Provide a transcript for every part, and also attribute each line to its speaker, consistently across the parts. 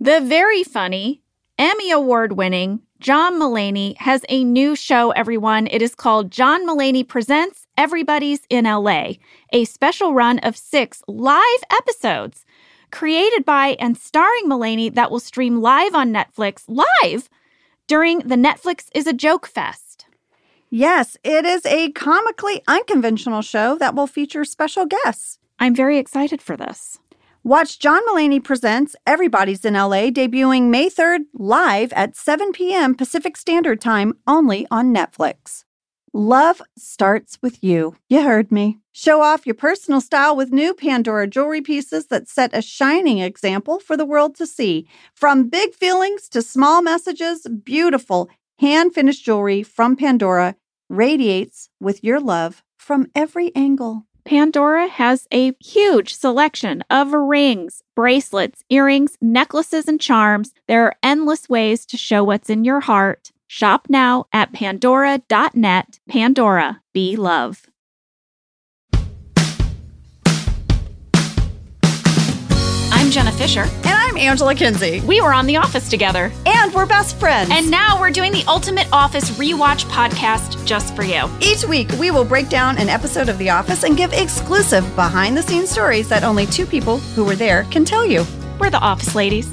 Speaker 1: The very funny, Emmy Award winning John Mullaney has a new show, everyone. It is called John Mullaney Presents Everybody's in LA, a special run of six live episodes created by and starring Mullaney that will stream live on Netflix live during the Netflix is a Joke Fest.
Speaker 2: Yes, it is a comically unconventional show that will feature special guests.
Speaker 1: I'm very excited for this.
Speaker 2: Watch John Mullaney Presents Everybody's in LA debuting May 3rd live at 7 p.m. Pacific Standard Time only on Netflix. Love starts with you. You heard me. Show off your personal style with new Pandora jewelry pieces that set a shining example for the world to see. From big feelings to small messages, beautiful hand finished jewelry from Pandora radiates with your love from every angle.
Speaker 1: Pandora has a huge selection of rings, bracelets, earrings, necklaces, and charms. There are endless ways to show what's in your heart. Shop now at pandora.net. Pandora, be love. I'm Jenna Fisher.
Speaker 2: And I'm Angela Kinsey.
Speaker 1: We were on The Office together.
Speaker 2: And we're best friends.
Speaker 1: And now we're doing the Ultimate Office Rewatch podcast just for you.
Speaker 2: Each week, we will break down an episode of The Office and give exclusive behind the scenes stories that only two people who were there can tell you.
Speaker 1: We're the Office Ladies.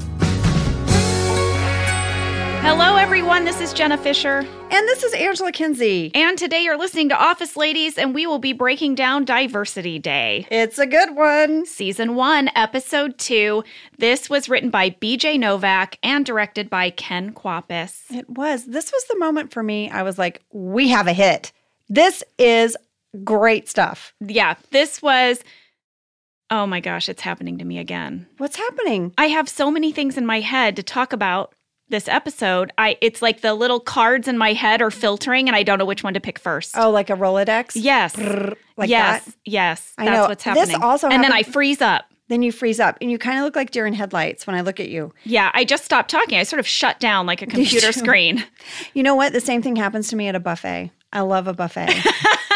Speaker 1: Hello, everyone. This is Jenna Fisher.
Speaker 2: And this is Angela Kinsey.
Speaker 1: And today you're listening to Office Ladies, and we will be breaking down Diversity Day.
Speaker 2: It's a good one.
Speaker 1: Season 1, Episode 2. This was written by BJ Novak and directed by Ken Quapis.
Speaker 2: It was. This was the moment for me. I was like, we have a hit. This is great stuff.
Speaker 1: Yeah, this was. Oh my gosh, it's happening to me again.
Speaker 2: What's happening?
Speaker 1: I have so many things in my head to talk about this episode. I it's like the little cards in my head are filtering and I don't know which one to pick first.
Speaker 2: Oh, like a Rolodex?
Speaker 1: Yes.
Speaker 2: Brrr, like
Speaker 1: yes.
Speaker 2: that.
Speaker 1: Yes.
Speaker 2: I
Speaker 1: That's
Speaker 2: know.
Speaker 1: what's
Speaker 2: This
Speaker 1: happening.
Speaker 2: also
Speaker 1: and then I
Speaker 2: happened-
Speaker 1: freeze up.
Speaker 2: Then you freeze up and you kind of look like deer in headlights when I look at you.
Speaker 1: Yeah, I just stopped talking. I sort of shut down like a computer
Speaker 2: too.
Speaker 1: screen.
Speaker 2: You know what? The same thing happens to me at a buffet. I love a buffet.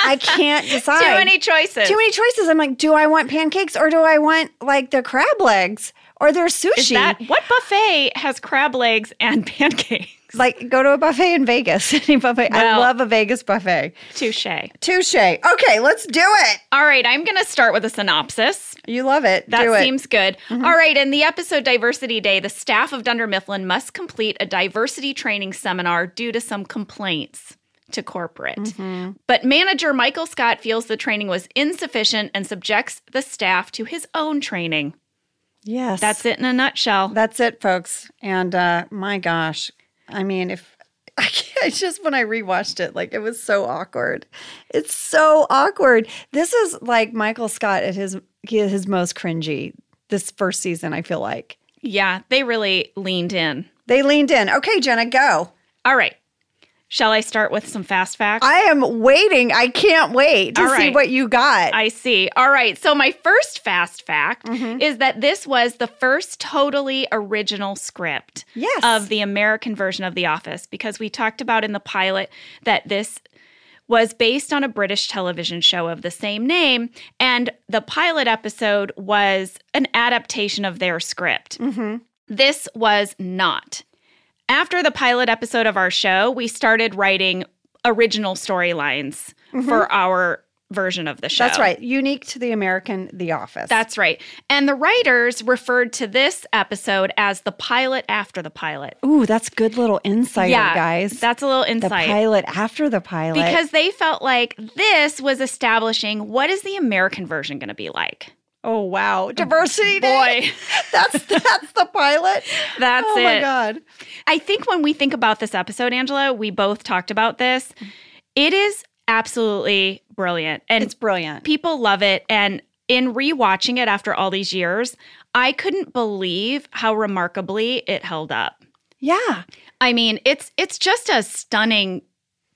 Speaker 2: I can't decide.
Speaker 1: Too many choices.
Speaker 2: Too many choices. I'm like, do I want pancakes or do I want like their crab legs or their sushi?
Speaker 1: Is that what buffet has crab legs and pancakes?
Speaker 2: like go to a buffet in Vegas. Any buffet. I
Speaker 1: Well-
Speaker 2: love a Vegas buffet.
Speaker 1: Touche.
Speaker 2: Touche. Okay, let's do it.
Speaker 1: All right, I'm going to start with a synopsis.
Speaker 2: You love it.
Speaker 1: That
Speaker 2: do it. Mm-hmm.
Speaker 1: seems good. All right, in the episode Diversity Day, the staff of Dunder Mifflin must complete a diversity training seminar due to some complaints to corporate.
Speaker 2: Mm-hmm.
Speaker 1: But manager Michael Scott feels the training was insufficient and subjects the staff to his own training.
Speaker 2: yes.
Speaker 1: That's it in a nutshell.
Speaker 2: That's it, folks. And uh, my gosh, I mean, if I can't, it's just when I rewatched it, like it was so awkward. It's so awkward. This is like Michael Scott at his his most cringy. This first season, I feel like
Speaker 1: yeah, they really leaned in.
Speaker 2: they leaned in. Okay, Jenna, go.
Speaker 1: All right. Shall I start with some fast facts?
Speaker 2: I am waiting. I can't wait to
Speaker 1: All
Speaker 2: see
Speaker 1: right.
Speaker 2: what you got.
Speaker 1: I see. All right. So, my first fast fact
Speaker 2: Mm-hmm.
Speaker 1: is that this was the first totally original script
Speaker 2: Yes.
Speaker 1: of the American version of The Office because we talked about in the pilot that this was based on a British television show of the same name. And the pilot episode was an adaptation of their script.
Speaker 2: Mm-hmm.
Speaker 1: This was not. After the pilot episode of our show, we started writing original storylines for our version of the show.
Speaker 2: Mm-hmm. That's right. Unique to the American The Office.
Speaker 1: That's right. And the writers referred to this episode as the pilot after the pilot.
Speaker 2: ooh, that's good little insight, guys.
Speaker 1: That's a little
Speaker 2: the
Speaker 1: insight.
Speaker 2: pilot after the pilot.
Speaker 1: because they felt like this was establishing what is the American version going to be like.
Speaker 2: oh wow, diversity day.
Speaker 1: Boy,
Speaker 2: That's that's the pilot.
Speaker 1: that's
Speaker 2: oh
Speaker 1: it.
Speaker 2: my god.
Speaker 1: I think when we think about this episode, Angela, we both talked about this. It is absolutely brilliant. And
Speaker 2: It's brilliant.
Speaker 1: people love it. And in rewatching it after all these years, I couldn't believe how remarkably it held up.
Speaker 2: Yeah.
Speaker 1: I mean, it's it's just a stunning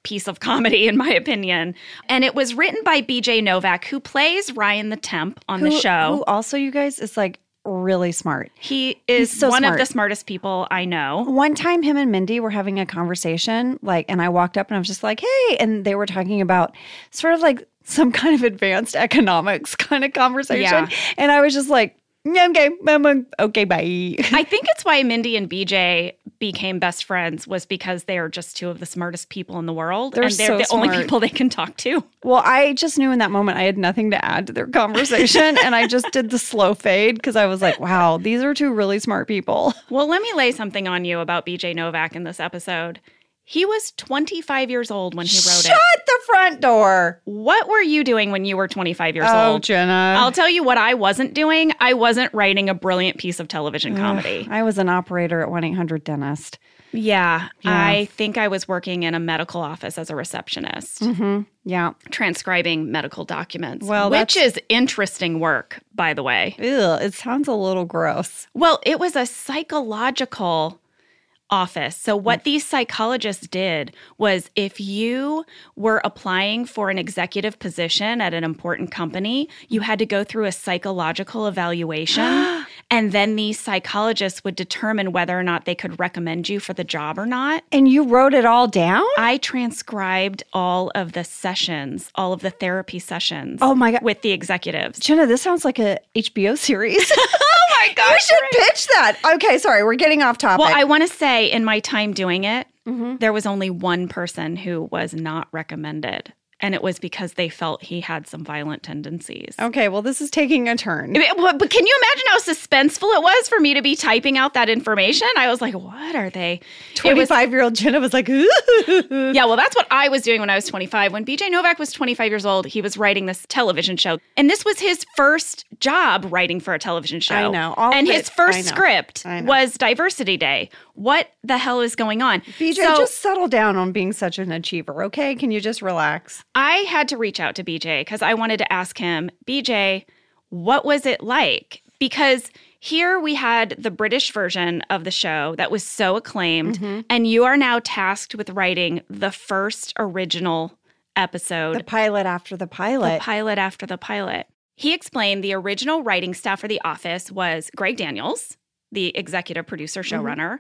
Speaker 1: piece of comedy in my opinion. And it was written by BJ Novak, who plays Ryan the Temp on the
Speaker 2: Who-
Speaker 1: show.
Speaker 2: Who also you guys is like really smart.
Speaker 1: he is
Speaker 2: he's so
Speaker 1: one
Speaker 2: smart.
Speaker 1: of the smartest people I know.
Speaker 2: One time him and Mindy were having a conversation, like, and I walked up and I was just like, hey, and they were talking about sort of like some kind of advanced economics kind of conversation.
Speaker 1: Yeah.
Speaker 2: And I was just like,
Speaker 3: Okay, um, okay, bye.
Speaker 1: I think it's why Mindy and BJ became best friends was because they are just two of the smartest people in the world.
Speaker 2: They're
Speaker 1: and they're
Speaker 2: so
Speaker 1: the only
Speaker 2: smart.
Speaker 1: people they can talk to.
Speaker 2: Well, I just knew in that moment I had nothing to add to their conversation, and I just did the slow fade because I was like, wow, these are two really smart people.
Speaker 1: Well, let me lay something on you about BJ Novak in this episode. He was 25 years old when he wrote
Speaker 3: Shut
Speaker 1: it.
Speaker 3: the front door.
Speaker 1: What were you doing when you were 25 years
Speaker 2: Oh,
Speaker 1: old?
Speaker 2: Jenna.
Speaker 1: I'll tell you what I wasn't doing. I wasn't writing a brilliant piece of television comedy.
Speaker 2: I was an operator at 1 800 Dentist.
Speaker 1: Yeah,
Speaker 2: Yeah.
Speaker 1: I think I was working in a medical office as a receptionist,
Speaker 2: Mm-hmm. Yeah.
Speaker 1: transcribing medical documents.
Speaker 2: Well,
Speaker 1: which is interesting work, by the way.
Speaker 2: Ew, it sounds a little gross.
Speaker 1: Well, it was a psychological office. So, what these psychologists did was if you were applying for an executive position at an important company, you had to go through a psychological evaluation. and then these psychologists would determine whether or not they could recommend you for the job or not.
Speaker 2: And you wrote it all down?
Speaker 1: I transcribed all of the sessions, all of the therapy sessions
Speaker 2: Oh my God.
Speaker 1: with the executives.
Speaker 2: Jenna, this sounds like a HBO series.
Speaker 1: Oh my gosh.
Speaker 3: We should pitch that. Okay, sorry, we're getting off topic.
Speaker 1: Well, I want to say in my time doing it,
Speaker 2: Mhm.
Speaker 1: there was only one person who was not recommended, and it was because they felt he had some violent tendencies.
Speaker 2: okay, well, this is taking a turn.
Speaker 1: I mean, what- But can you imagine how suspenseful it was for me to be typing out that information? I was like, what are they? It was-
Speaker 2: 25 year old Jenna was like,
Speaker 1: yeah, well, that's what I was doing when I was 25. When BJ Novak was 25 years old, he was writing this television show. And this was his first job writing for a television show.
Speaker 2: I know. All
Speaker 1: and
Speaker 2: of
Speaker 1: his
Speaker 2: it- I
Speaker 1: first
Speaker 2: know.
Speaker 1: script
Speaker 2: I know.
Speaker 1: was Diversity Day. What the hell is going on?
Speaker 2: BJ,
Speaker 1: So-
Speaker 2: just settle down on being such an achiever, okay? Can you just relax?
Speaker 1: I had to reach out to BJ because I wanted to ask him, BJ, what was it like? Because here we had the British version of the show that was so acclaimed, and you are now tasked with writing the first original
Speaker 2: The
Speaker 1: episode,
Speaker 2: pilot after the
Speaker 1: the
Speaker 2: pilot.
Speaker 1: pilot after the pilot. He explained the original writing staff for The Office was Greg Daniels, the executive producer showrunner,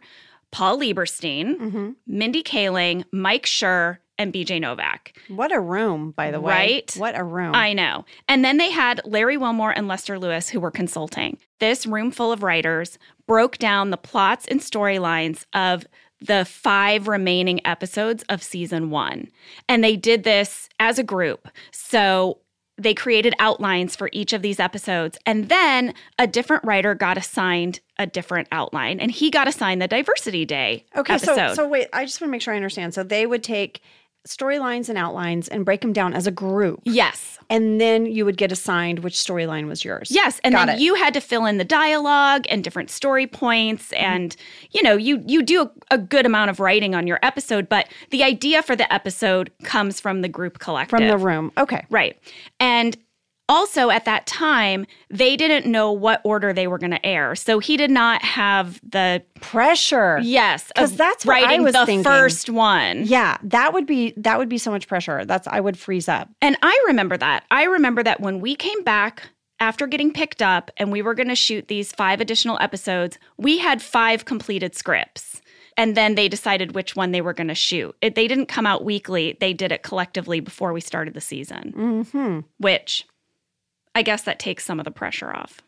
Speaker 1: Paul Lieberstein,
Speaker 2: Mhm.
Speaker 1: Mindy Kaling, Mike Schur, and BJ Novak.
Speaker 2: What a room, by the way.
Speaker 1: Right?
Speaker 2: What a room.
Speaker 1: I know. And then they had Larry Wilmore and Lester Lewis who were consulting. This room full of writers broke down the plots and storylines of the five remaining episodes of season one. And they did this as a group. So they created outlines for each of these episodes. And then a different writer got assigned a different outline. And he got assigned the Diversity Day
Speaker 2: okay,
Speaker 1: episode.
Speaker 2: so so wait, I just want to make sure I understand. So they would take storylines and outlines and break them down as a group.
Speaker 1: yes.
Speaker 2: And then you would get assigned which storyline was yours.
Speaker 1: Yes, and
Speaker 2: Got
Speaker 1: then
Speaker 2: it.
Speaker 1: you had to fill in the dialogue and different story points and you know, you you do a, a good amount of writing on your episode, but the idea for the episode comes from the group collective.
Speaker 2: From the room. Okay.
Speaker 1: Right. And also at that time, they didn't know what order they were going to air. So he did not have the
Speaker 2: Pressure.
Speaker 1: yes, of
Speaker 2: 'Cause that's what I
Speaker 1: writing
Speaker 2: was
Speaker 1: the
Speaker 2: thinking.
Speaker 1: first one.
Speaker 2: Yeah, that would be that would be so much pressure. That's I would freeze up.
Speaker 1: And I remember that. I remember that when we came back after getting picked up and we were going to shoot these five additional episodes, we had five completed scripts. And then they decided which one they were going to shoot. It, they didn't come out weekly, they did it collectively before we started the season,
Speaker 2: Mhm.
Speaker 1: which I guess that takes some of the pressure off.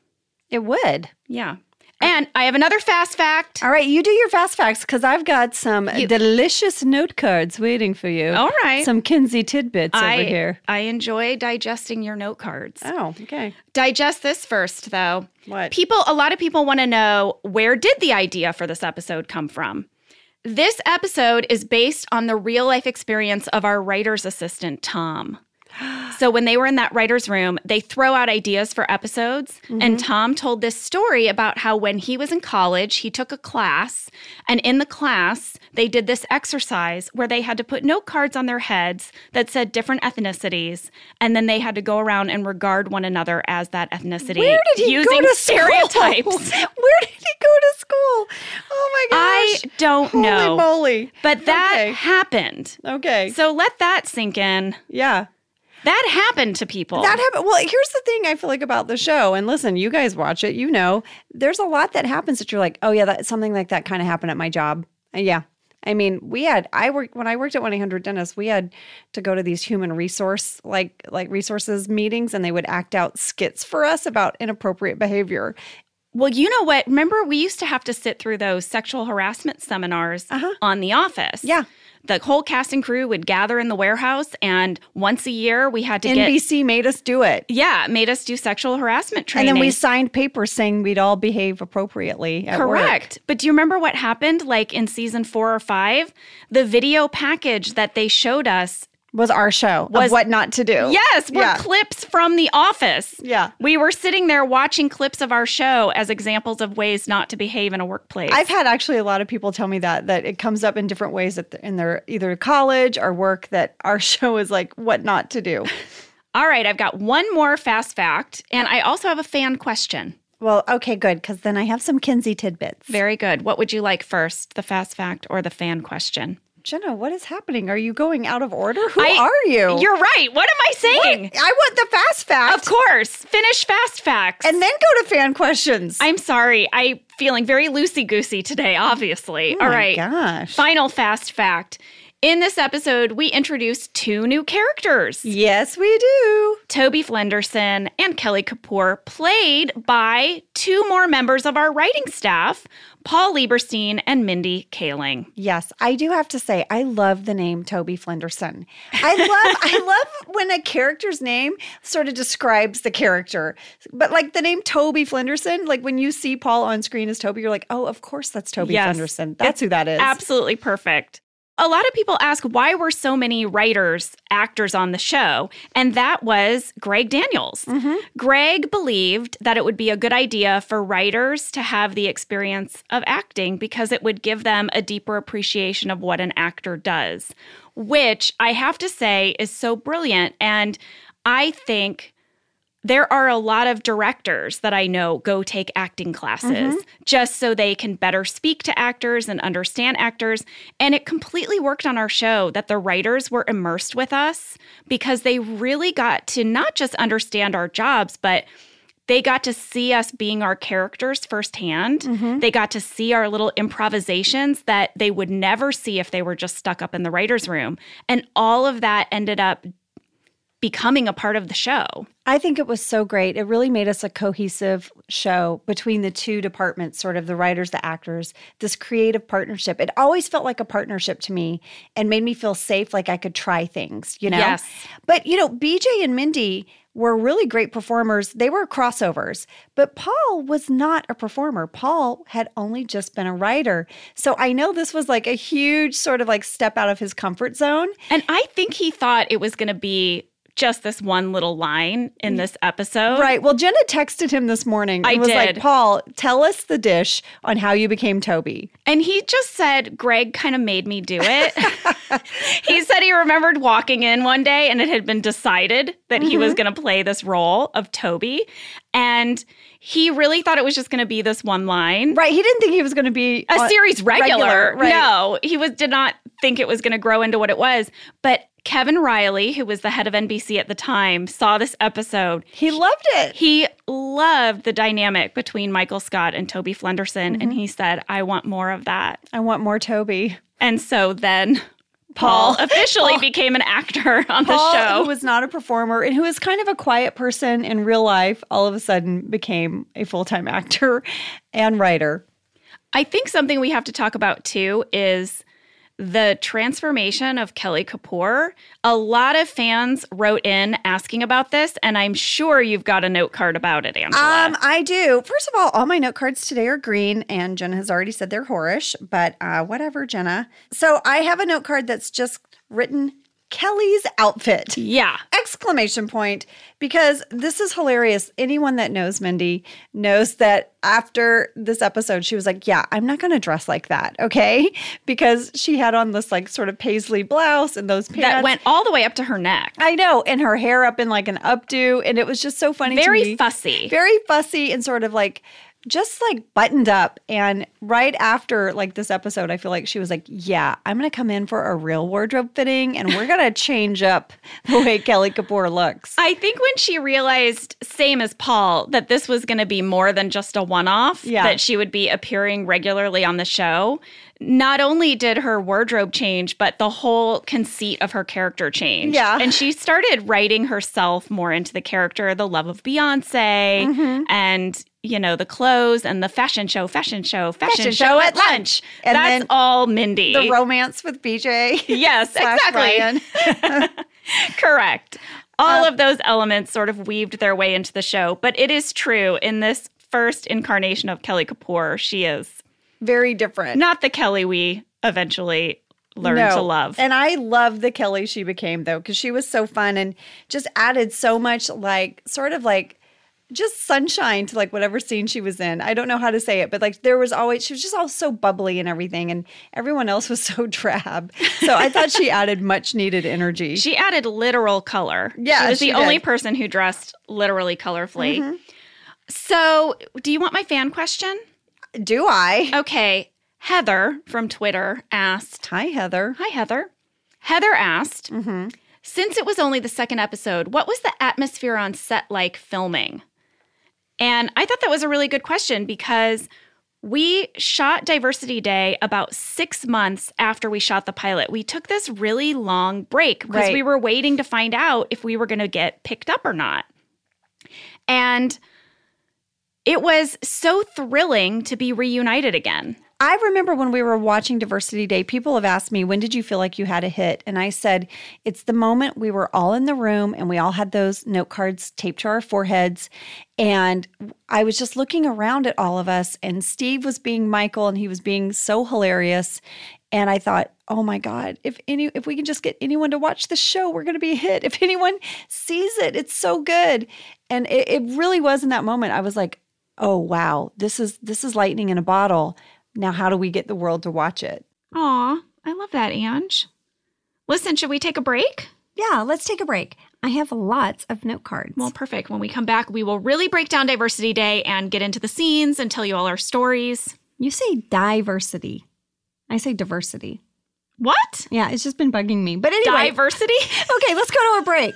Speaker 2: It would.
Speaker 1: Yeah. And I have another fast fact.
Speaker 2: All right, you do your fast facts because I've got some
Speaker 1: You-
Speaker 2: delicious note cards waiting for you.
Speaker 1: All right.
Speaker 2: Some Kinsey tidbits
Speaker 1: I,
Speaker 2: over here.
Speaker 1: I enjoy digesting your note cards.
Speaker 2: Oh, okay.
Speaker 1: Digest this first, though.
Speaker 2: What?
Speaker 1: People, a lot of people want to know where did the idea for this episode come from? This episode is based on the real life experience of our writer's assistant, Tom. So when they were in that writer's room, they throw out ideas for episodes.
Speaker 2: Mm-hmm.
Speaker 1: And Tom told this story about how when he was in college, he took a class. And in the class, they did this exercise where they had to put note cards on their heads that said different ethnicities. And then they had to go around and regard one another as that ethnicity
Speaker 2: Where did he
Speaker 1: using
Speaker 2: go to
Speaker 1: stereotypes.
Speaker 2: School? Where did he go to school? Oh my
Speaker 1: I
Speaker 2: gosh!
Speaker 1: don't
Speaker 2: Holy
Speaker 1: know.
Speaker 2: moly!
Speaker 1: But that
Speaker 2: Okay.
Speaker 1: happened.
Speaker 2: Okay.
Speaker 1: So let that sink in.
Speaker 2: yeah.
Speaker 1: That happened to people.
Speaker 2: That happened. Well, here's the thing I feel like about the show. And listen, you guys watch it, you know, there's a lot that happens that you're like, oh, yeah, that something like that kind of happened at my job. Uh, yeah. I mean, we had I worked when I worked at 1 800 Dentist, we had to go to these human resource like like resources meetings and they would act out skits for us about inappropriate behavior.
Speaker 1: Well, you know what? Remember, we used to have to sit through those sexual harassment seminars
Speaker 2: Uh-huh.
Speaker 1: on The Office.
Speaker 2: Yeah.
Speaker 1: The whole cast and crew would gather in the warehouse, and once a year we had to get.
Speaker 2: NBC made us do it.
Speaker 1: Yeah, it made us do sexual harassment training.
Speaker 2: And then we signed papers saying we'd all behave appropriately. At work.
Speaker 1: Correct. But do you remember what happened like in season four or five? The video package that they showed us.
Speaker 2: Was our show
Speaker 1: Was-
Speaker 2: of what not to do.
Speaker 1: Yes, were
Speaker 2: Yeah.
Speaker 1: clips from The Office.
Speaker 2: Yeah.
Speaker 1: We were sitting there watching clips of our show as examples of ways not to behave in a workplace.
Speaker 2: I've had actually a lot of people tell me that that it comes up in different ways at the, in their either college or work that our show is like what not to do.
Speaker 1: All right, I've got one more fast fact, and I also have a fan question.
Speaker 2: well, okay, good because then I have some Kinsey tidbits.
Speaker 1: Very good. What would you like first, the fast fact or the fan question?
Speaker 2: Jenna, what is happening? Are you going out of order? Who
Speaker 1: I-
Speaker 2: are you?
Speaker 1: You're right. What am I saying?
Speaker 2: I want the fast fact.
Speaker 1: Of course, finish fast facts.
Speaker 2: And then go to fan questions.
Speaker 1: I'm sorry. I'm feeling very loosey goosey today, obviously. All
Speaker 2: Oh my
Speaker 1: right.
Speaker 2: gosh.
Speaker 1: Final fast fact. In this episode, we introduced two new characters
Speaker 2: yes, we do.
Speaker 1: Toby Flenderson and Kelly Kapoor, played by two more members of our writing staff, Paul Lieberstein and Mindy Kaling.
Speaker 2: Yes, I do have to say I love the name Toby Flenderson. I love I love when a character's name sort of describes the character. But like the name Toby Flenderson, like when you see Paul on screen as Toby, you're like, "Oh, of course that's Toby
Speaker 1: Yes.
Speaker 2: Flenderson. That's who that is."
Speaker 1: Absolutely perfect. A lot of people ask why were so many writers, actors on the show, and that was Greg Daniels. Greg believed that it would be a good idea for writers to have the experience of acting because it would give them a deeper appreciation of what an actor does, which I have to say is so brilliant. And I think there are a lot of directors that I know go take acting classes just so they can better speak to actors and understand actors. And it completely worked on our show that the writers were immersed with us because they really got to not just understand our jobs, but they got to see us being our characters firsthand. They got to see our little improvisations that they would never see if they were just stuck up in the writer's room. And all of that ended up becoming a part of the show.
Speaker 2: I think it was so great. It really made us a cohesive show between the two departments, sort of the writers, the actors, this creative partnership. It always felt like a partnership to me and made me feel safe, like I could try things, you know?
Speaker 1: Yes.
Speaker 2: But, you know, BJ and Mindy were really great performers. They were crossovers, but Paul was not a performer. Paul had only just been a writer. So I know this was like a huge sort of like step out of his comfort zone.
Speaker 1: And I think he thought it was going to be just this one little line in this episode.
Speaker 2: Mm. Right. Well, Jenna texted him this morning.
Speaker 1: I
Speaker 2: and was like,
Speaker 1: did.
Speaker 2: Paul, tell us the dish on how you became Toby.
Speaker 1: And he just said, Greg kind of made me do it. he said he remembered walking in one day and it had been decided that he
Speaker 2: Mm-hmm.
Speaker 1: was going to play this role of Toby. And he really thought it was just going to be this one line.
Speaker 2: Right. He didn't think he was going to be
Speaker 1: a
Speaker 2: on-
Speaker 1: series regular.
Speaker 2: regular, right.
Speaker 1: No, he was did not think it was going to grow into what it was. But Kevin Riley, who was the head of NBC at the time, saw this episode.
Speaker 2: He loved it.
Speaker 1: He loved the dynamic between Michael Scott and Toby Flenderson, and he said, "I want more of that."
Speaker 2: I want more Toby.
Speaker 1: And so then Paul, officially became an actor on
Speaker 2: Paul,
Speaker 1: the show.
Speaker 2: who was not a performer and who is kind of a quiet person in real life, all of a sudden became a full time actor and writer.
Speaker 1: I think something we have to talk about too is the transformation of Kelly Kapoor. A lot of fans wrote in asking about this, and I'm sure you've got a note card about it, Angela.
Speaker 2: Um, I do. First of all, all my note cards today are green, and Jenna has already said they're horish, but uh, whatever, Jenna. So I have a note card that's just written Kelly's outfit.
Speaker 1: yeah.
Speaker 2: exclamation point because this is hilarious anyone that knows mindy knows that after this episode she was like yeah i'm not going to dress like that okay because she had on this like sort of paisley blouse and those pants
Speaker 1: That went all the way up to her neck.
Speaker 2: i know and her hair up in like an updo and it was just so funny to
Speaker 1: Very
Speaker 2: me.
Speaker 1: fussy.
Speaker 2: very fussy and sort of like just like buttoned up and right after like this episode i feel like she was like yeah i'm gonna come in for a real wardrobe fitting and we're gonna change up the way kelly kapoor looks
Speaker 1: I think when she realized, same as Paul, that this was going to be more than just a one off,
Speaker 2: Yeah.
Speaker 1: that she would be appearing regularly on the show, not only did her wardrobe change, but the whole conceit of her character changed.
Speaker 2: Yeah.
Speaker 1: And she started writing herself more into the character, the love of Beyonce,
Speaker 2: Mm-hmm.
Speaker 3: Mhm.
Speaker 1: and, you know, the clothes and the fashion show, fashion show, fashion,
Speaker 2: Fashion
Speaker 1: show,
Speaker 2: show
Speaker 1: at
Speaker 2: at
Speaker 1: lunch.
Speaker 2: And
Speaker 1: That's
Speaker 2: then
Speaker 1: all Mindy.
Speaker 2: The romance with BJ.
Speaker 1: yes,
Speaker 2: slash
Speaker 1: exactly.
Speaker 2: Ryan.
Speaker 1: Correct. All
Speaker 2: Um,
Speaker 1: of those elements sort of weaved their way into the show. But it is true in this first incarnation of Kelly Kapoor, she is
Speaker 2: Very different.
Speaker 1: not the Kelly we eventually learned to
Speaker 2: No.
Speaker 1: love.
Speaker 2: And I love the Kelly she became though, because she was so fun and just added so much like sort of like just sunshine to like whatever scene she was in. I don't know how to say it, but like there was always she was just all so bubbly and everything, and everyone else was so drab. So I thought she added much needed energy.
Speaker 1: She added literal color.
Speaker 2: Yeah,
Speaker 1: She was the
Speaker 2: she
Speaker 1: only
Speaker 2: did. Mm-hmm.
Speaker 1: person who dressed literally colorfully. So, do you want my fan question?
Speaker 2: Do I?
Speaker 1: Okay. Heather from Twitter asked
Speaker 2: Hi Heather.
Speaker 1: Hi, Heather. Heather asked Since it was only the second episode, what was the atmosphere on set like filming? And I thought that was a really good question because we shot Diversity Day about six months after we shot the pilot. We took this really long break because
Speaker 2: Right.
Speaker 1: we were waiting to find out if we were going to get picked up or not. And it was so thrilling to be reunited again.
Speaker 2: I remember when we were watching Diversity Day, people have asked me, when did you feel like you had a hit? And I said, it's the moment we were all in the room and we all had those note cards taped to our foreheads. And I was just looking around at all of us, and Steve was being Michael and he was being so hilarious. And I thought, oh my God, if any if we can just get anyone to watch the show, we're gonna be a hit. If anyone sees it, it's so good. And it, it really was in that moment. I was like, oh wow, this is this is lightning in a bottle. Now, how do we get the world to watch it?
Speaker 1: Aw, I love that, Ange. Listen, should we take a break?
Speaker 4: Yeah, let's take a break. I have lots of note cards.
Speaker 1: Well, perfect. When we come back, we will really break down Diversity Day and get into the scenes and tell you all our stories.
Speaker 4: you say diversity. I say diversity.
Speaker 1: What?
Speaker 4: Yeah, it's just been bugging me. But anyway,
Speaker 1: Diversity?
Speaker 4: okay, let's go to a break.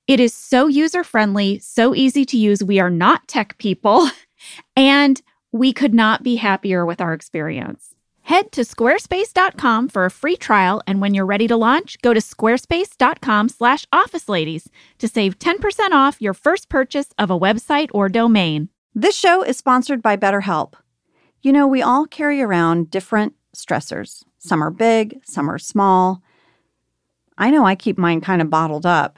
Speaker 1: it is so user friendly, so easy to use. We are not tech people, and we could not be happier with our experience. Head to squarespace.com for a free trial, and when you're ready to launch, go to squarespace.com slash office ladies to save 10% off your first purchase of a website or domain.
Speaker 3: This show is sponsored by BetterHelp. You know, we all carry around different stressors. Some are big, some are small. I know I keep mine kind of bottled up,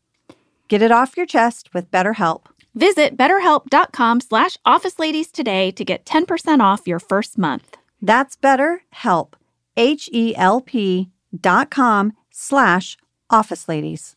Speaker 3: Get it off your chest with BetterHelp.
Speaker 1: Visit betterhelp.com slash officeladies today to get 10% off your first month.
Speaker 3: That's BetterHelp, H E L P dot com slash office ladies.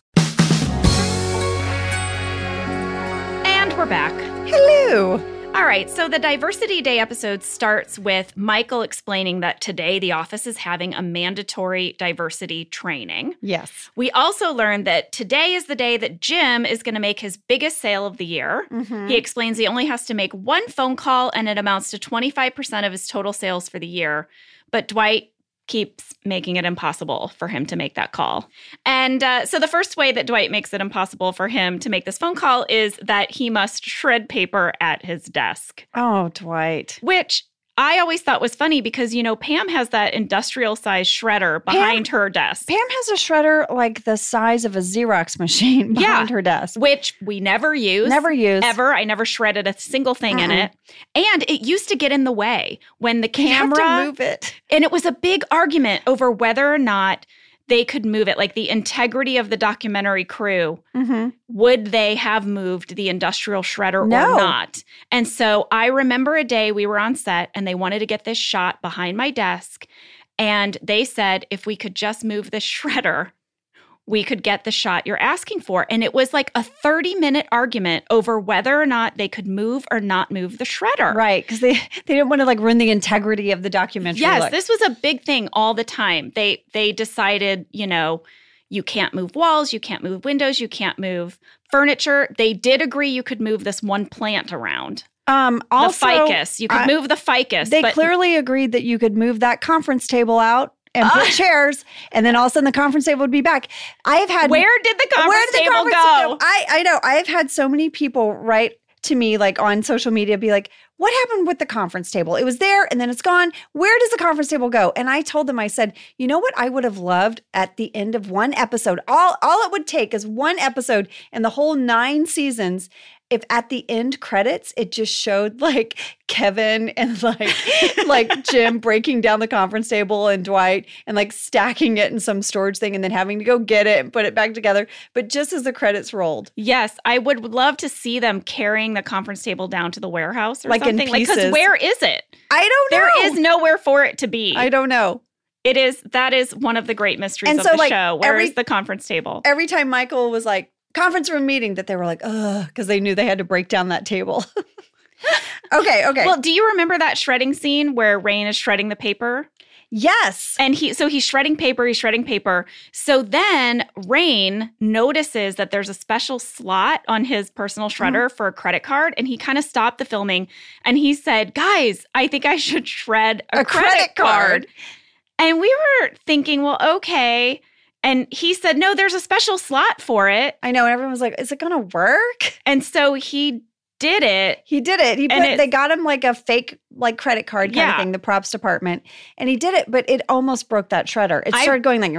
Speaker 1: And we're back.
Speaker 2: Hello.
Speaker 1: All right, so the Diversity Day episode starts with Michael explaining that today the office is having a mandatory diversity training.
Speaker 2: Yes.
Speaker 1: We also learned that today is the day that Jim is going to make his biggest sale of the year.
Speaker 2: Mm-hmm.
Speaker 1: He explains he only has to make one phone call and it amounts to 25% of his total sales for the year. But Dwight keeps making it impossible for him to make that call. And uh, so the first way that Dwight makes it impossible for him to make this phone call is that he must shred paper at his desk,
Speaker 2: Oh, Dwight.
Speaker 1: which I always thought was funny because, you know, Pam has that industrial size shredder behind her desk.
Speaker 2: Pam has a shredder like the size of a Xerox machine behind
Speaker 1: Yeah.
Speaker 2: her desk.
Speaker 1: which we never use.
Speaker 2: Never used.
Speaker 1: Ever. I never shredded a single thing in
Speaker 2: Mm-mm.
Speaker 1: it. And it used to get in the way when the
Speaker 2: You have
Speaker 1: camera
Speaker 2: to move it.
Speaker 1: and it was a big argument over whether or not they could move it. Like the integrity of the documentary crew,
Speaker 2: Mm-hmm.
Speaker 1: would they have moved the industrial shredder
Speaker 2: No.
Speaker 1: or not? And so I remember a day we were on set and they wanted to get this shot behind my desk. And they said, if we could just move the shredder, we could get the shot you're asking for. And it was like a 30 minute argument over whether or not they could move or not move the shredder.
Speaker 2: Right, because they they didn't want to like ruin the integrity of the documentary.
Speaker 1: Yes,
Speaker 2: look.
Speaker 1: this was a big thing all the time. They they decided, you know, you can't move walls, you can't move windows, you can't move furniture. They did agree you could move this one plant around.
Speaker 2: um also
Speaker 1: the ficus. You could
Speaker 2: I-
Speaker 1: move the ficus.
Speaker 2: They
Speaker 1: but
Speaker 2: clearly agreed that you could move that conference table out and
Speaker 1: Ah!
Speaker 2: put chairs, and then all of a sudden the conference table would be back. I have had
Speaker 1: where did the conference
Speaker 2: Where did
Speaker 1: table go?
Speaker 2: I I know I have had so many people write to me like on social media be like, "What happened with the conference table? It was there and then it's gone. Where does the conference table go?" And I told them I said, "You know what I would have loved at the end of one episode. All all it would take is one episode and the whole 9 seasons if at the end credits it just showed like Kevin and like like Jim breaking down the conference table and Dwight and like stacking it in some storage thing and then having to go get it and put it back together. But just as the credits rolled,
Speaker 1: Yes, I would love to see them carrying the conference table down to the warehouse or
Speaker 2: Like in
Speaker 1: something. Like, 'cause
Speaker 2: pieces.
Speaker 1: where is it?
Speaker 2: I don't know.
Speaker 1: There is nowhere for it to be.
Speaker 2: I don't know.
Speaker 1: it is that is one of the great mysteries
Speaker 2: And
Speaker 1: of
Speaker 2: so,
Speaker 1: the
Speaker 2: like,
Speaker 1: show. Where is
Speaker 2: every-
Speaker 1: the conference table?
Speaker 2: Every time Michael was like conference room meeting, that they were like, ugh, because they knew they had to break down that table. okay, okay.
Speaker 1: Well, do you remember that shredding scene where Rain is shredding the paper?
Speaker 2: yes.
Speaker 1: And he so he's shredding paper, he's shredding paper. So then Rain notices that there's a special slot on his personal shredder for a credit card and he kind of stopped the filming and he said, "Guys, I think I should shred a, credit, card. And we were thinking, "Well, okay." And he said, "No, there's a special slot for it."
Speaker 2: I know. And everyone was like, is it going to work?
Speaker 1: And so he did it
Speaker 2: He did it. He
Speaker 1: And
Speaker 2: put,
Speaker 1: it-
Speaker 2: they got him like a fake like credit card kind
Speaker 1: Yeah.
Speaker 2: of thing, the props department, and he did it. But it almost broke that shredder. It
Speaker 1: I-
Speaker 2: started going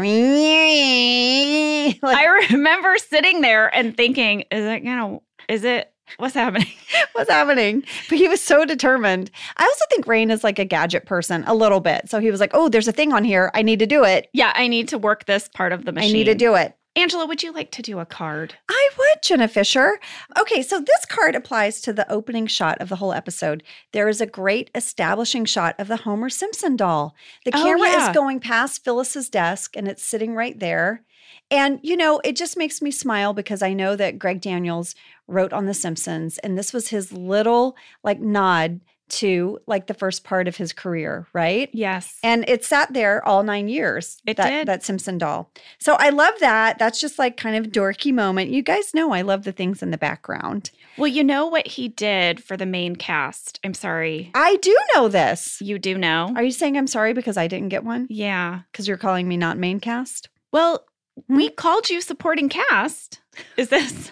Speaker 2: like, like
Speaker 1: I remember sitting there and thinking, is it gonna is it what's happening?
Speaker 2: what's happening? But he was so determined. I also think Rain is like a gadget person a little bit. So he was like, oh, there's a thing on here. I need to do it.
Speaker 1: Yeah, I need to work this part of the machine.
Speaker 2: I need to do it.
Speaker 1: Angela, would you like to do a card?
Speaker 2: I would, Jenna Fisher. Okay, so this card applies to the opening shot of the whole episode. There is a great establishing shot of the Homer Simpson doll. The
Speaker 1: Oh,
Speaker 2: camera
Speaker 1: yeah.
Speaker 2: is going past Phyllis's desk and it's sitting right there. And, you know, it just makes me smile because I know that Greg Daniels wrote on The Simpsons, and this was his little like nod to like the first part of his career, right?
Speaker 1: Yes.
Speaker 2: And it sat there all nine years.
Speaker 1: It
Speaker 2: that,
Speaker 1: did.
Speaker 2: That Simpson doll. So I love that. That's just like kind of dorky moment. You guys know I love the things in the background.
Speaker 1: well, you know what he did for the main cast. I'm sorry.
Speaker 2: I do know this.
Speaker 1: You do know.
Speaker 2: Are you saying I'm sorry because I didn't get one?
Speaker 1: yeah.
Speaker 2: Because you're calling me not main cast?
Speaker 1: Well,
Speaker 2: Hmm?
Speaker 1: we called you supporting cast. Is this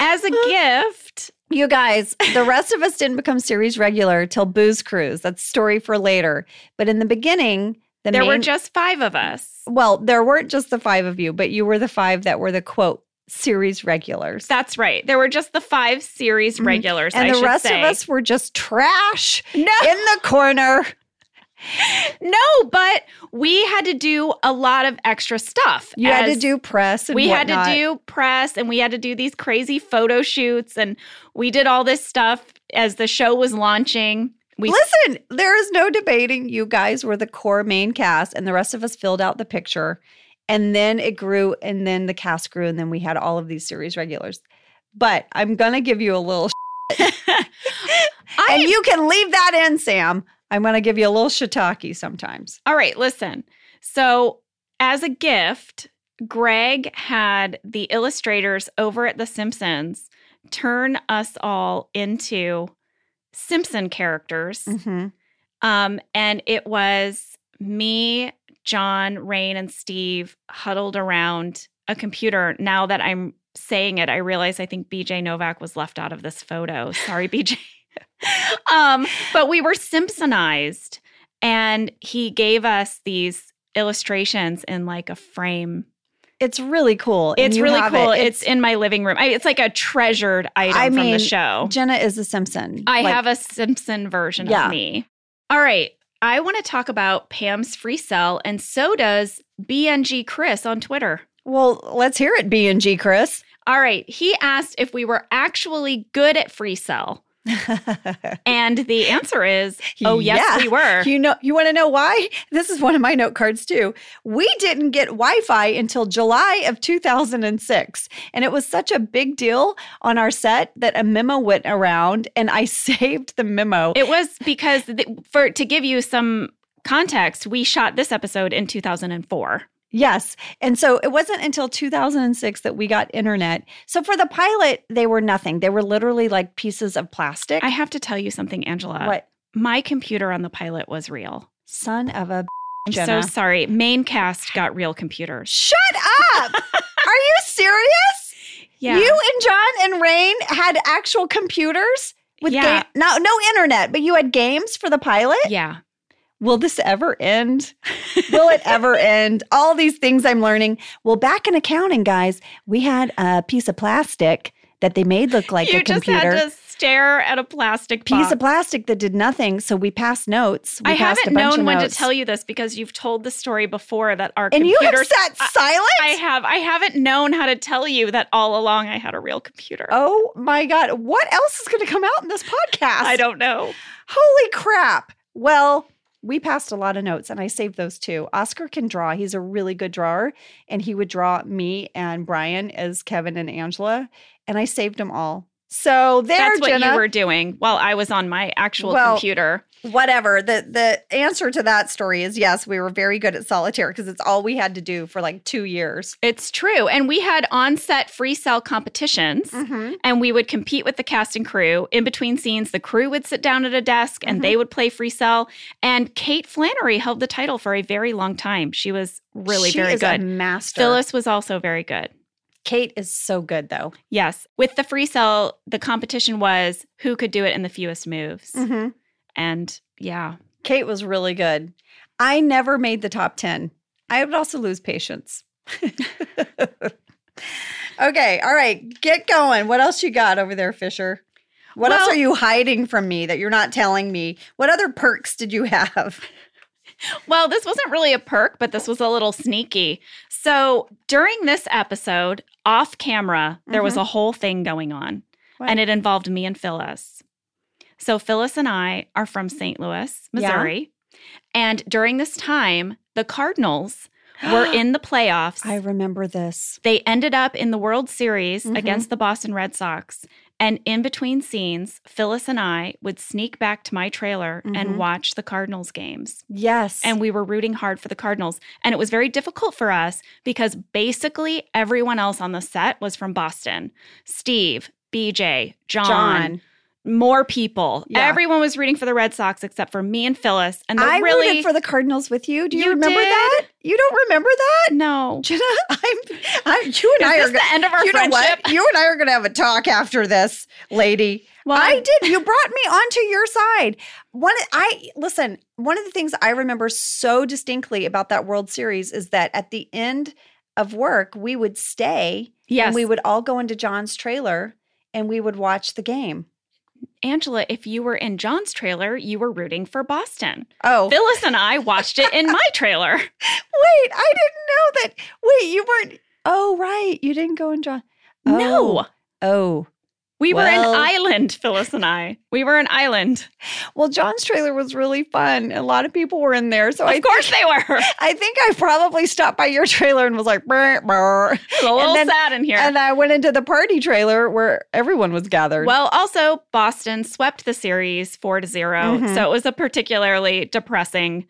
Speaker 1: as a gift?
Speaker 2: You guys, the rest of us didn't become series regular till Booze Cruise. That's story for later. But in the beginning, the
Speaker 1: There were
Speaker 2: main-
Speaker 1: just five of us.
Speaker 2: well, there weren't just the five of you, but you were the five that were the quote series regulars.
Speaker 1: That's right. There were just the five series
Speaker 2: Mhm.
Speaker 1: regulars. I
Speaker 2: and the
Speaker 1: should
Speaker 2: rest
Speaker 1: say.
Speaker 2: of us were just trash
Speaker 1: No.
Speaker 2: in the corner.
Speaker 1: No, but we had to do a lot of extra stuff.
Speaker 2: You had to
Speaker 1: as-
Speaker 2: do press and
Speaker 1: We had
Speaker 2: whatnot.
Speaker 1: to do press and we had to do these crazy photo shoots and we did all this stuff as the show was launching. We
Speaker 2: Listen, there is no debating. You guys were the core main cast, and the rest of us filled out the picture. And then it grew, and then the cast grew, and then we had all of these series regulars. But I'm going to give you a little. and you can leave that in, Sam. I'm going to give you a little shiitake sometimes.
Speaker 1: All right, listen. So, as a gift, Greg had the illustrators over at The Simpsons turn us all into Simpson characters.
Speaker 2: Mm-hmm.
Speaker 1: Um, and it was me, John, Rain, and Steve huddled around a computer. Now that I'm saying it, I realize I think BJ Novak was left out of this photo. Sorry, BJ. um, but we were Simpsonized, and he gave us these illustrations in like a frame.
Speaker 2: It's really cool. and
Speaker 1: It's
Speaker 2: you
Speaker 1: really
Speaker 2: have it.
Speaker 1: cool. It's, in my living room. I, it's like a treasured item
Speaker 2: I
Speaker 1: from the
Speaker 2: mean,
Speaker 1: show.
Speaker 2: Jenna is a Simpson.
Speaker 1: I
Speaker 2: Like,
Speaker 1: have a Simpson version
Speaker 2: Yeah.
Speaker 1: of me. All right. I want to talk about Pam's free cell, and so does BNG Chris on Twitter.
Speaker 2: Well, let's hear it, B and G, Chris.
Speaker 1: All right. He asked if we were actually good at free cell. And the answer is, oh, yes,
Speaker 2: Yeah.
Speaker 1: we were.
Speaker 2: You know, you want to know why? This is one of my note cards too. We didn't get Wi-Fi until July of 2006, and it was such a big deal on our set that a memo went around, and I saved the memo.
Speaker 1: It was because th- for to give you some context, we shot this episode in 2004.
Speaker 2: yes, and so it wasn't until 2006 that we got internet. So for the pilot, they were nothing. They were literally like pieces of plastic.
Speaker 1: I have to tell you something, Angela.
Speaker 2: what
Speaker 1: My computer on the pilot was real.
Speaker 2: son of a?
Speaker 1: I'm
Speaker 2: Jenna.
Speaker 1: so sorry. Main cast got real computers.
Speaker 2: Shut up! Are you serious?
Speaker 1: Yeah.
Speaker 2: You and John and Rain had actual computers with
Speaker 1: Yeah.
Speaker 2: game, no no internet, but you had games for the pilot.
Speaker 1: yeah.
Speaker 2: Will this ever end? Will it ever end? All these things I'm learning. Well, back in accounting, guys, we had a piece of plastic that they made look like
Speaker 1: you
Speaker 2: a
Speaker 1: just
Speaker 2: computer.
Speaker 1: had to stare at a plastic
Speaker 2: piece
Speaker 1: box.
Speaker 2: of plastic that did nothing, so we passed notes. We
Speaker 1: I
Speaker 2: passed
Speaker 1: haven't
Speaker 2: a bunch
Speaker 1: known
Speaker 2: of
Speaker 1: when to
Speaker 2: notes.
Speaker 1: tell you this because you've told the story before that our
Speaker 2: And you
Speaker 1: computers.
Speaker 2: have sat
Speaker 1: I-
Speaker 2: silent.
Speaker 1: I have. I haven't known how to tell you that all along I had a real computer.
Speaker 2: oh my god! What else is going to come out in this podcast?
Speaker 1: I don't know.
Speaker 2: Holy crap. Well, we passed a lot of notes and I saved those too. Oscar can draw. He's a really good drawer and he would draw me and Brian as Kevin and Angela and I saved them all. So there
Speaker 1: That's what
Speaker 2: Jenna.
Speaker 1: you were doing while I was on my actual
Speaker 2: Well,
Speaker 1: computer.
Speaker 2: Whatever. The the answer to that story is yes, we were very good at solitaire because it's all we had to do for like 2 years.
Speaker 1: It's true. And we had on-set free cell competitions. And we would compete with the cast and crew. In between scenes, the crew would sit down at a desk and
Speaker 2: Mhm.
Speaker 1: they would play free cell. And Kate Flannery held the title for a very long time. She was really
Speaker 2: She
Speaker 1: very
Speaker 2: is
Speaker 1: good.
Speaker 2: A master.
Speaker 1: Phyllis was also very good.
Speaker 2: Kate is so good though.
Speaker 1: Yes. With the free cell, the competition was who could do it in the fewest moves.
Speaker 2: Mhm.
Speaker 1: And yeah.
Speaker 2: Kate was really good. I never made the top 10. I would also lose patience. okay, all right, get going. What else you got over there, Fisher? What else
Speaker 1: Well-
Speaker 2: are you hiding from me that you're not telling me? What other perks did you have?
Speaker 1: Well, this wasn't really a perk, but this was a little sneaky. So during this episode, off camera, there was a whole thing going on,
Speaker 2: Mm-hmm. What?
Speaker 1: and it involved me and Phyllis. So Phyllis and I are from St. Louis,
Speaker 2: Yeah.
Speaker 1: Missouri. And during this time, the Cardinals were in the playoffs.
Speaker 2: I remember this.
Speaker 1: They ended up in the World Series
Speaker 2: Mhm.
Speaker 1: against the Boston Red Sox. And in between scenes, Phyllis and I would sneak back to my trailer
Speaker 2: Mhm.
Speaker 1: and watch the Cardinals games.
Speaker 2: Yes.
Speaker 1: And we were rooting hard for the Cardinals. And it was very difficult for us because basically everyone else on the set was from Boston Steve, BJ, John,
Speaker 2: John,
Speaker 1: more people.
Speaker 2: Yeah.
Speaker 1: Everyone was rooting for the Red Sox except for me and Phyllis. And the
Speaker 2: I
Speaker 1: really.
Speaker 2: rooted for the Cardinals with you. Do you,
Speaker 1: You
Speaker 2: remember
Speaker 1: did?
Speaker 2: that? You don't remember that?
Speaker 1: no.
Speaker 2: Jenna, I'm, I'm you and I
Speaker 1: Is
Speaker 2: are
Speaker 1: this the end of our
Speaker 2: you know
Speaker 1: friendship?
Speaker 2: what? You and I are going to have a talk after this, lady.
Speaker 1: Well,
Speaker 2: I did. You brought me onto your side. One, I listen. One of the things I remember so distinctly about that World Series is that at the end of work, we would stay
Speaker 1: yes.
Speaker 2: and we would all go into John's trailer and we would watch the game.
Speaker 1: Angela, if you were in John's trailer, you were rooting for Boston.
Speaker 2: Oh,
Speaker 1: Phyllis and I watched it in my trailer.
Speaker 2: wait! I didn't know that. Wait, you weren't. Oh, right. You didn't go in John. Oh,
Speaker 1: No.
Speaker 2: Oh,
Speaker 1: We were
Speaker 2: Well-
Speaker 1: an island, Phyllis and I. We were an island.
Speaker 2: Well, John's trailer was really fun. A lot of people were in there. So I
Speaker 1: Of course they were.
Speaker 2: I think I probably stopped by your trailer and was like, brr, brr.
Speaker 1: It's a little
Speaker 2: then-
Speaker 1: sad in here.
Speaker 2: and I went into the party trailer where everyone was gathered.
Speaker 1: Well, also Boston swept the series four to 0
Speaker 2: Mhm.
Speaker 1: so it was a particularly depressing.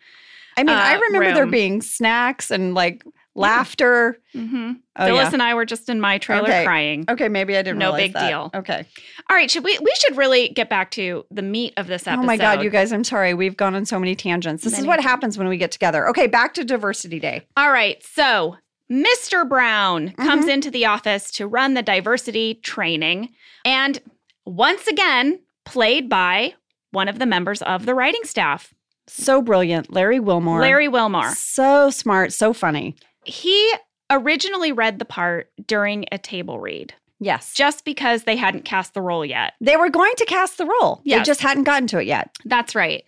Speaker 2: I mean, I
Speaker 1: uh,
Speaker 2: remember there
Speaker 1: room.
Speaker 2: being snacks and like laughter. Oh,
Speaker 1: Phyllis
Speaker 2: yeah.
Speaker 1: and I were just in my trailer
Speaker 2: Okay.
Speaker 1: crying.
Speaker 2: Okay, maybe I didn't.
Speaker 1: No
Speaker 2: realize
Speaker 1: big
Speaker 2: that.
Speaker 1: deal.
Speaker 2: Okay.
Speaker 1: All right, should we? We should really get back to the meat of this episode.
Speaker 2: Oh my God, you guys! I'm sorry. We've gone on so many tangents. This is
Speaker 1: Many.
Speaker 2: what happens when we get together. Okay, back to Diversity Day.
Speaker 1: All right, so Mr. Brown
Speaker 2: Mm-hmm.
Speaker 1: comes into the office to run the diversity training, and once again, played by one of the members of the writing staff,
Speaker 2: So brilliant, Larry Wilmore.
Speaker 1: Larry Wilmar.
Speaker 2: So smart, so funny.
Speaker 1: He originally read the part during a table read.
Speaker 2: Yes.
Speaker 1: just because they hadn't cast the role yet.
Speaker 2: They were going to cast the role. They
Speaker 1: Yes.
Speaker 2: just hadn't gotten to it yet.
Speaker 1: That's right.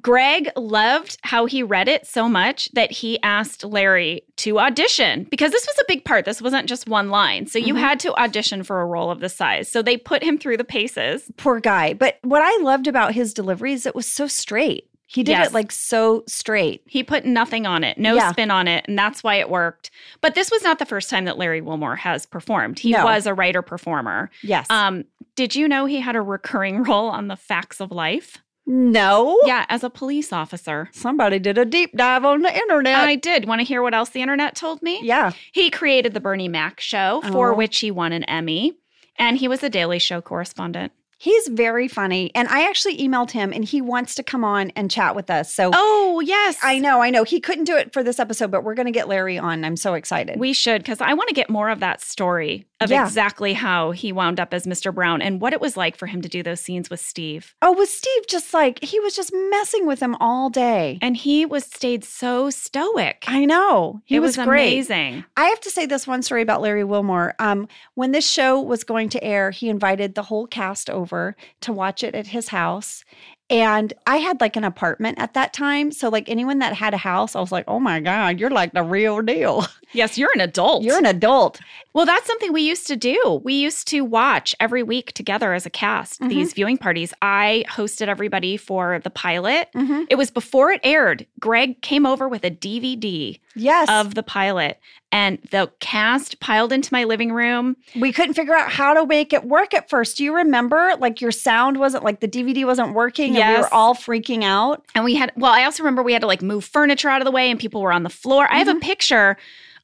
Speaker 1: Greg loved how he read it so much that he asked Larry to audition because this was a big part. This wasn't just one line. So you
Speaker 2: Mhm.
Speaker 1: had to audition for a role of this size. So they put him through the paces.
Speaker 2: Poor guy. But what I loved about his delivery is it was so straight. He did
Speaker 1: Yes.
Speaker 2: it like so straight.
Speaker 1: He put nothing on it, no
Speaker 2: Yeah.
Speaker 1: spin on it, and that's why it worked. But this was not the first time that Larry Wilmore has performed. He
Speaker 2: No.
Speaker 1: was a writer performer.
Speaker 2: Yes.
Speaker 1: Um, did you know he had a recurring role on The Facts of Life?
Speaker 2: no.
Speaker 1: Yeah, as a police officer.
Speaker 2: Somebody did a deep dive on the internet.
Speaker 1: I did. Want to hear what else the internet told me?
Speaker 2: Uh, yeah.
Speaker 1: He created the Bernie Mac show,
Speaker 2: Oh.
Speaker 1: for which he won an Emmy, and he was a Daily Show correspondent.
Speaker 2: He's very funny. And I actually emailed him and he wants to come on and chat with us. So
Speaker 1: Oh, yes.
Speaker 2: I know, I know. He couldn't do it for this episode, but we're going to get Larry on. I'm so excited.
Speaker 1: We should, because I want to get more of that story of
Speaker 2: Yeah.
Speaker 1: exactly how he wound up as Mr. Brown and what it was like for him to do those scenes with Steve.
Speaker 2: oh, was Steve just like, he was just messing with him all day.
Speaker 1: And he was stayed so stoic.
Speaker 2: I know. He
Speaker 1: it
Speaker 2: was,
Speaker 1: was,
Speaker 2: great.
Speaker 1: amazing.
Speaker 2: I have to say this one story about Larry Wilmore. Um, when this show was going to air, he invited the whole cast over to watch it at his house. And I had like an apartment at that time. So, like anyone that had a house, I was like, oh my God, you're like the real deal.
Speaker 1: Yes, you're an adult.
Speaker 2: You're an adult.
Speaker 1: well, that's something we used to do. We used to watch every week together as a cast
Speaker 2: Mhm.
Speaker 1: these viewing parties. I hosted everybody for the pilot.
Speaker 2: Mm-hmm.
Speaker 1: It was before it aired. Greg came over with a DVD
Speaker 2: Yes.
Speaker 1: of the pilot, and the cast piled into my living room.
Speaker 2: we couldn't figure out how to make it work at first. Do you remember? Like your sound wasn't like the DVD wasn't working and we
Speaker 1: Yes.
Speaker 2: were all freaking out.
Speaker 1: And we had, well, I also remember we had to like move furniture out of the way, and people were on the floor. I have
Speaker 2: Mm-hmm.
Speaker 1: a picture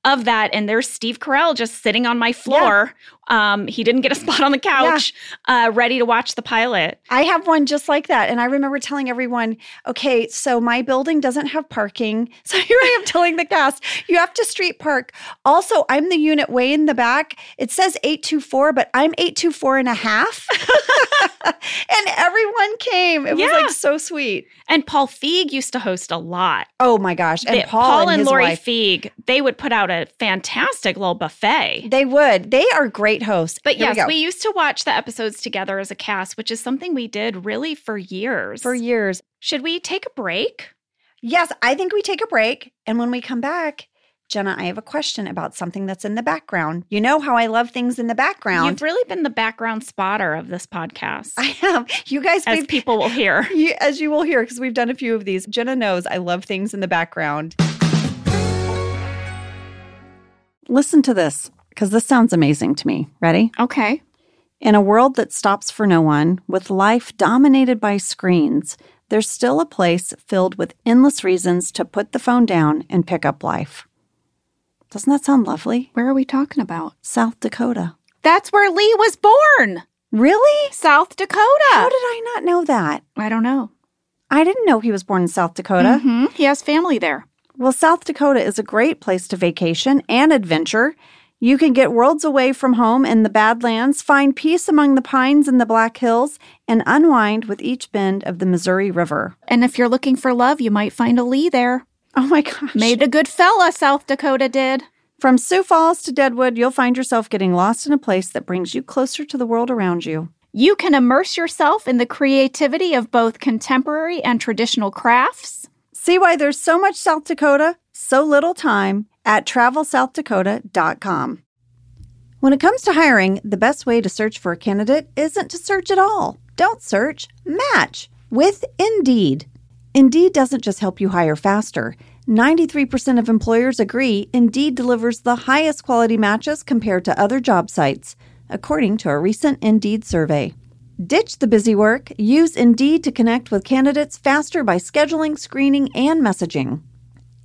Speaker 1: of that, and there's Steve Carell just sitting on my floor. Um, he didn't get a spot on the couch, uh, ready to watch the pilot.
Speaker 2: I have one just like that. And I remember telling everyone, okay, so my building doesn't have parking. So here I am telling the cast, you have to street park. Also, I'm the unit way in the back. It says 824, but I'm 824 and a half. and everyone came. It was
Speaker 1: Yeah.
Speaker 2: like so sweet.
Speaker 1: And Paul Feig used to host a lot.
Speaker 2: Oh my gosh. And
Speaker 1: They-
Speaker 2: Paul, and, his
Speaker 1: Lori
Speaker 2: wife.
Speaker 1: Feig, they would put out a fantastic little buffet.
Speaker 2: They would. They are great hosts.
Speaker 1: But
Speaker 2: Here
Speaker 1: yes,
Speaker 2: go.
Speaker 1: we, used to watch the episodes together as a cast, which is something we did really for years.
Speaker 2: for years.
Speaker 1: Should we take a break?
Speaker 2: Yes, I think we take a break. And when we come back, Jenna, I have a question about something that's in the background. You know how I love things in the background.
Speaker 1: You've really been the background spotter of this podcast,
Speaker 2: I have. You guys,
Speaker 1: as
Speaker 2: we've-
Speaker 1: people will hear.
Speaker 2: you, as you will hear, because we've done a few of these, Jenna knows I love things in the background.
Speaker 3: Listen to this, because this sounds amazing to me. Ready?
Speaker 1: Okay.
Speaker 3: In a world that stops for no one, with life dominated by screens, there's still a place filled with endless reasons to put the phone down and pick up life. Doesn't that sound lovely?
Speaker 4: Where are we talking about?
Speaker 3: South Dakota.
Speaker 1: That's where Lee was born,
Speaker 3: Really?
Speaker 1: South
Speaker 3: How
Speaker 1: Dakota.
Speaker 3: did I not know that?
Speaker 1: I don't know. Mm-hmm,
Speaker 3: I didn't know he was born in South Dakota.
Speaker 1: He has family there.
Speaker 3: Well, South Dakota is a great place to vacation and adventure. You can get worlds away from home in the Badlands, find peace among the pines and the Black Hills, and unwind with each bend of the Missouri River.
Speaker 1: And if you're looking for love, you might find a Lee there.
Speaker 3: Oh my gosh.
Speaker 1: a good fella, South Dakota did.
Speaker 3: From Sioux Falls to Deadwood, you'll find yourself getting lost in a place that brings you closer to the world around you.
Speaker 1: You can immerse yourself in the creativity of both contemporary and traditional crafts.
Speaker 3: See why there's so much South Dakota, so little time at travelsouthdakota.com. When it comes to hiring, the best way to search for a candidate isn't to search at all. Don't search, match with Indeed. Indeed doesn't just help you hire faster. 93% of employers agree Indeed delivers the highest quality matches compared to other job sites, according to a recent Indeed survey. Ditch the busy work. Use Indeed to connect with candidates faster by scheduling, screening, and messaging.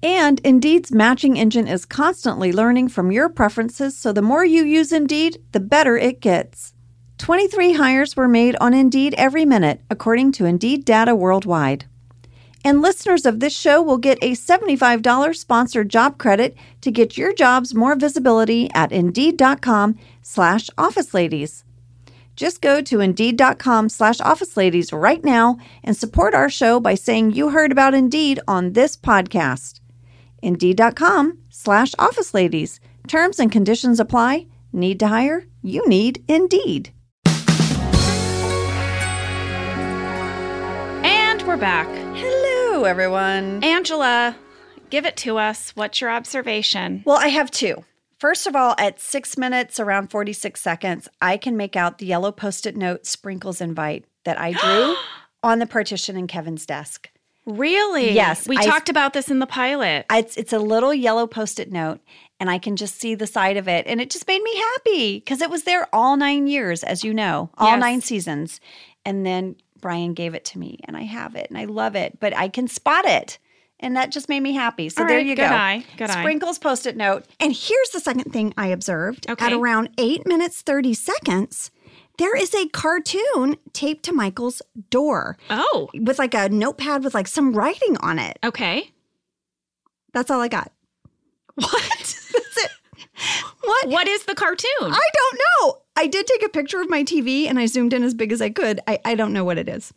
Speaker 3: And Indeed's matching engine is constantly learning from your preferences, so the more you use Indeed, the better it gets. 23 hires were made on Indeed every minute, according to Indeed data worldwide. And listeners of this show will get a $75 sponsored job credit to get your jobs more visibility at Indeed.com slash Office Ladies. Just go to Indeed.com slash Office Ladies right now and support our show by saying you heard about Indeed on this podcast. Indeed.com slash Office Ladies. Terms and conditions apply. Need to hire? You need Indeed.
Speaker 1: And we're back.
Speaker 2: Hello, everyone.
Speaker 1: Angela, give it to us. What's your observation?
Speaker 2: Well, I have two. First of all, at six minutes, around 46 seconds, I can make out the yellow post it note sprinkles invite that I drew on the partition in Kevin's desk.
Speaker 1: Really?
Speaker 2: Yes,
Speaker 1: We
Speaker 2: I-
Speaker 1: talked about this in the pilot.
Speaker 2: I- It's, it's a little yellow post it note, and I can just see the side of it. And it just made me happy because it was there all nine years, as you know, all
Speaker 1: Yes.
Speaker 2: nine seasons. And then Brian gave it to me, and I have it, and I love it, but I can spot it. And that just made me happy. So
Speaker 1: All
Speaker 2: there
Speaker 1: right,
Speaker 2: you
Speaker 1: good
Speaker 2: go.
Speaker 1: eye, good eye.
Speaker 2: Sprinkles post it note.
Speaker 3: And here's the second thing I observed.
Speaker 1: Okay.
Speaker 3: At around 8 minutes 30 seconds, there is a cartoon taped to Michael's door
Speaker 1: oh,
Speaker 3: with like a notepad with like some writing on it.
Speaker 1: okay.
Speaker 3: That's all I got.
Speaker 1: What?
Speaker 3: That's it. What?
Speaker 1: what is the cartoon?
Speaker 3: I don't know. I did take a picture of my TV and I zoomed in as big as I could. I, I don't know what it is.